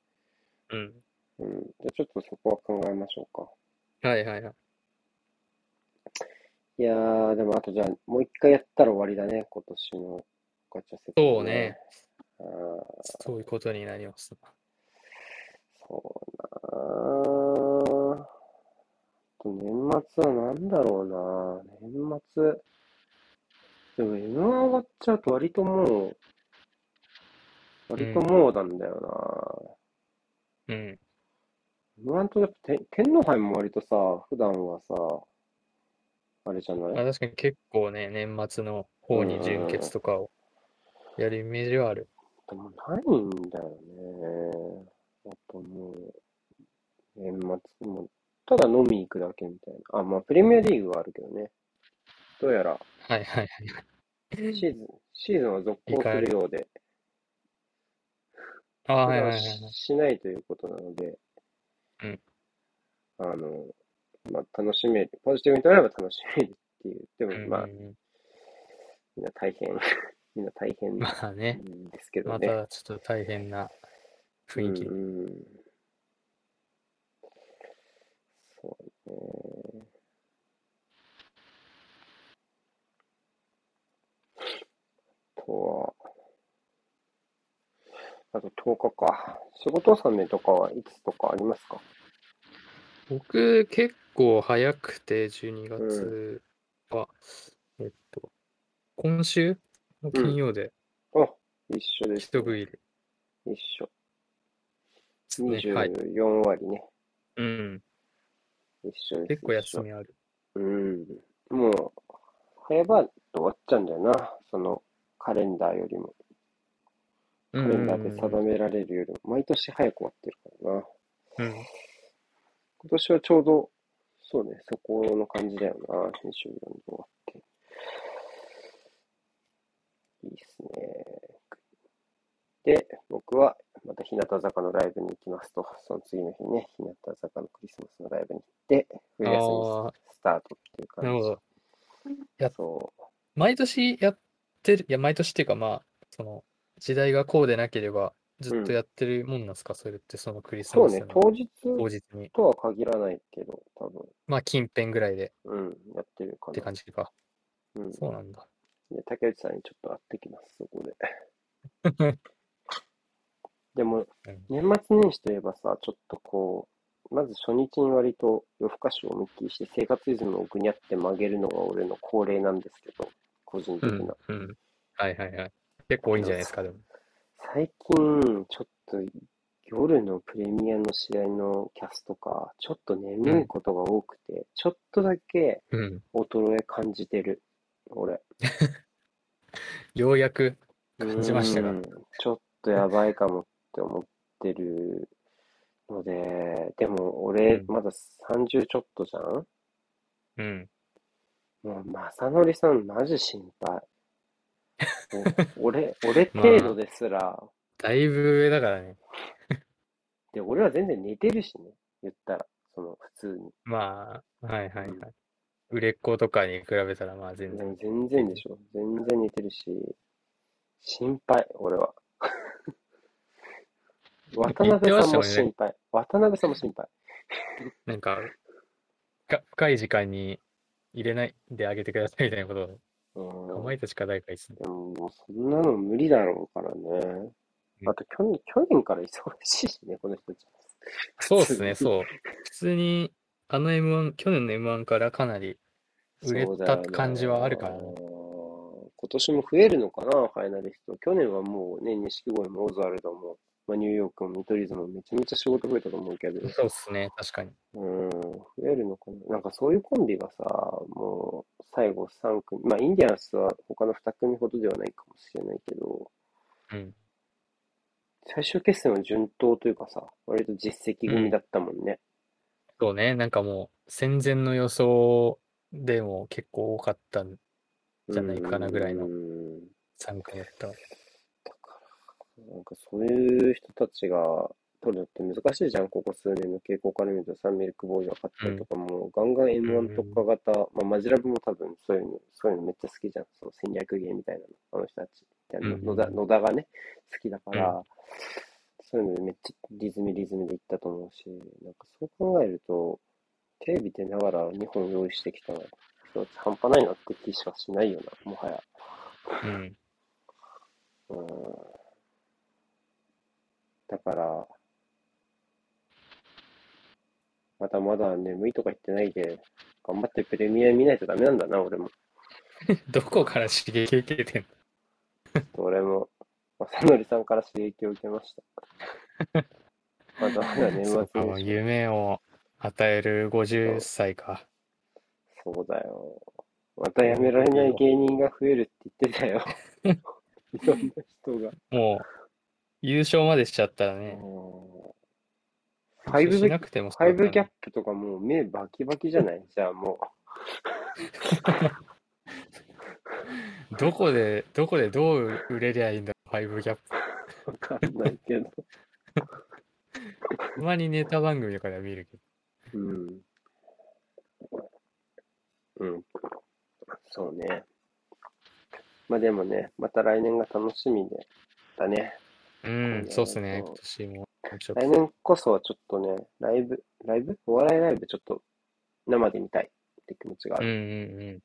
B: うん。
A: うん。じゃあちょっとそこは考えましょうか。
B: はいはいはい。
A: いやー、でもあとじゃあ、もう一回やったら終わりだね、今年のガチャセコ
B: そうね。。
A: あー
B: そういうことになります。
A: そうなあと年末は何だろうな年末。でも M1 終わっちゃうと割ともう、割ともうなんだよ
B: うん。
A: な、M1 とやっぱて天皇杯も割とさ、普段はさ、あれじゃな
B: ま
A: い
B: あ、確かに結構ね、年末の方に準決とかをやるイメージはある。
A: でもないんだよね。あともう、年末も、ただ飲み行くだけみたいな。あ、まあプレミアリーグはあるけどね。どうやら、
B: はいはいはいはい。
A: シーズン、シーズンは続行するようで、
B: あ
A: そ
B: あ、は
A: れ
B: いはい
A: は
B: はいはい。
A: しないということなので、
B: うん
A: あの、まあ、楽しめる、ポジティブにとれれば楽しめるっていう、
B: う
A: で
B: んう
A: も
B: ん
A: まあ、
B: うん
A: みんな大変、 みんな大変
B: まあね、
A: ですけど
B: ま
A: ね。
B: たちょっと大変な雰囲気。
A: うんうん、そうね。あとは、あと10日か。仕事納めとかはいつとかありますか
B: 僕、結構早くて、12月は、えっと、今週の金曜で
A: あ、一緒です、
B: 一区切りで
A: 一緒。
B: すね。はい。
A: 24割ね。
B: うん。
A: 一緒です。
B: 結構
A: 一
B: 休
A: 緒
B: みある。
A: うん。もう、早々と終わっちゃうんだよな。その、カレンダーよりも。
B: う
A: カ
B: ん
A: レ
B: う
A: ン
B: ん
A: ダーで定められるよりも、毎年早く終わってるからな。
B: うんうん。
A: 今年はちょうどそうね、そこの感じだよな、編集読んで終わって。いいっすね。で、僕はまた日向坂のライブに行きますと、その次の日ね、日向坂のクリスマスのライブに行って、冬休み
B: ああ、
A: スタートっていう
B: なる
A: 感
B: ほ
A: じ。
B: ど。やっ
A: そ
B: 毎年やってる、いや、毎年っていうか、まあ、その、時代がこうでなければ、ずっとやってるもんなんですか、それって、そのクリ
A: う、
B: ス
A: そう
B: マス
A: ね
B: の、
A: 当日
B: 当日に。
A: とは限らないけど、多分、
B: まあ、近辺ぐらいで
A: うん、やってるか
B: って
A: な。
B: 感じか。
A: うん。
B: そうなんだ。
A: で、竹内さんにちょっと会ってきます、そこで。 でも、
B: うん
A: 年末年始といえばさ、ちょっとこう、まず初日に割と夜更かしを思いっきりして、生活リズムをぐにゃって曲げるのが俺の恒例なんですけど、個人
B: う
A: 的
B: ん
A: な。、
B: うん。はいはいはい。結構多いんじゃないですか、でも。
A: 最近、ちょっと夜のプレミアの試合のキャストか、ちょっと眠いことが多くて、ちょっとだけ
B: うん。
A: 衰え感じてる、俺。
B: ようやく感じました
A: う
B: が
A: ん。ちょっとやばいかもって思ってるので、でも俺、
B: うん
A: まだ30ちょっとじゃん
B: うん。
A: もう、まさのりさん、マジ心配。 お俺、俺程度ですら、
B: だいぶ上だからね。
A: で、俺は全然寝てるしね、言ったら、その、普通に。
B: まあ、はいはいはい
A: うん。
B: 売れっ子とかに比べたら、まあ全
A: で
B: 然
A: も。全然でしょ。全然寝てるし、心配、俺は。渡辺さん
B: 言って
A: も
B: ましたもん
A: 心配。渡辺さんも心配。
B: なんか、深深い時間に入れないであげてくださいみたいなことを、
A: うん
B: お前たちか誰か言ってたね
A: でも、もうそんなの無理だろうからね。
B: うん
A: あと、去年、去年から忙しいしね、この人たち。
B: そうで すね、
A: う。
B: そう。普通に、あの M1、去年の M1 からかなり売れた感じはあるから
A: そう
B: ね
A: だ。よな今年も増えるのかな、ファイナリスト。去年はもうね、錦鯉もオズワルドも、まあ、ニューヨークも見取り図もめちゃめちゃ仕事増えたと思うけど、
B: そうですね、確かに。
A: うん、増えるのかな。なんかそういうコンビがさ、もう最後3組、まあインディアンスは他の2組ほどではないかもしれないけど、
B: うん。
A: 最終決戦は順当というかさ、割と実績組だったもんね。
B: そうね、なんかもう、戦前の予想でも結構多かったんじゃないかなぐらいの
A: うん
B: 参加だったわけ。
A: だから、なんかそういう人たちが取るのって難しいじゃん、ここ数年の傾向から見ると、サンミルクボーイが勝ったりとかも、ガンガン
B: うん
A: M1 特化型、まあ、マジラブも多分そういうの、そういうのめっちゃ好きじゃん、その戦略芸みたいなの、あの人たち。
B: うん
A: 野田野田がね、好きだから、そういうのでめっちゃリズムリズムでいったと思うし、なんかそう考えると、テレビ出ながら2本用意してきたの、人たち半端ないなって気しかしないよな、もはや。
B: う
A: う
B: ん。
A: んだから、まだまだ眠いとか言ってないで、頑張ってプレミア見ないとダメなんだな、俺も。
B: どこから刺激受けてんの
A: 俺も、正則さんから刺激を受けま した。まだまだ年末
B: そうか、もう
A: 年始。
B: 夢を与える50歳か。
A: そうだよ。また辞められない芸人が増えるって言ってた よ。いろんな人が。
B: もう、優勝までしちゃったらね、
A: ファイブ
B: しなくても
A: ファイブギャ
B: ッ
A: ップとかもう目バキバキじゃないじゃあもう。
B: プ。どこで、どこでどう売れりゃいいんだ、ファイブギャップ。
A: わかんないけど。
B: たまにネタ番組とかでは見るけ
A: うん。うん。そうね。まあでもね、また来年が楽しみで、だね。
B: ど。うん、そうっす
A: う
B: ね、
A: ん
B: 今年も。ちょっ
A: 来
B: と
A: 年こそはちょっとね、ライブ、ライブお笑いライブちょっと生で見たいって気持ちがあ
B: うんう
A: る。
B: んうん。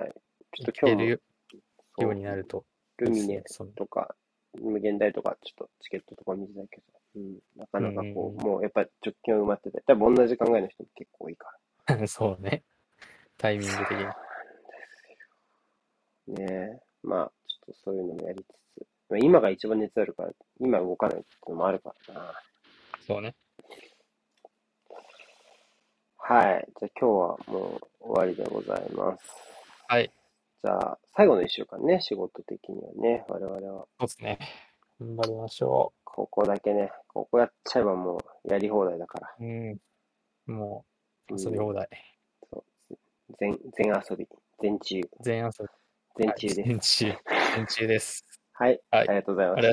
A: はい。ちょっと
B: 行け
A: 今日
B: る
A: も
B: よ
A: そう
B: うになると。
A: ルミネ
B: そう
A: とか、無限大とか、ちょっとチケットとか見てたけど、うん、なかなかこ
B: う
A: う、
B: んうんうん
A: もうやっぱ直近は埋まってて、多分同じ考えの人も結構多いから。
B: ね そうね。タイミング的に。
A: ねえ、まあ、ちょっとそういうのもやりつつ、まあ、今が一番熱あるから、今動かないっていうのもあるからな。
B: そうね。
A: はい。じゃあ今日はもう終わりでございます。
B: はい。
A: じゃあ、最後の一週間ね、仕事的にはね、我々は、
B: そうっすね。頑張りましょ
A: ここだけね、ここやっちゃえばもうやり放題だから。
B: う。うん。も遊び放題。
A: そう全、全遊び、全中、
B: 全遊び。
A: 全中です。
B: 全中。全中です。
A: はい、あ
B: はい
A: りがとうございま
B: あ
A: した
B: りが。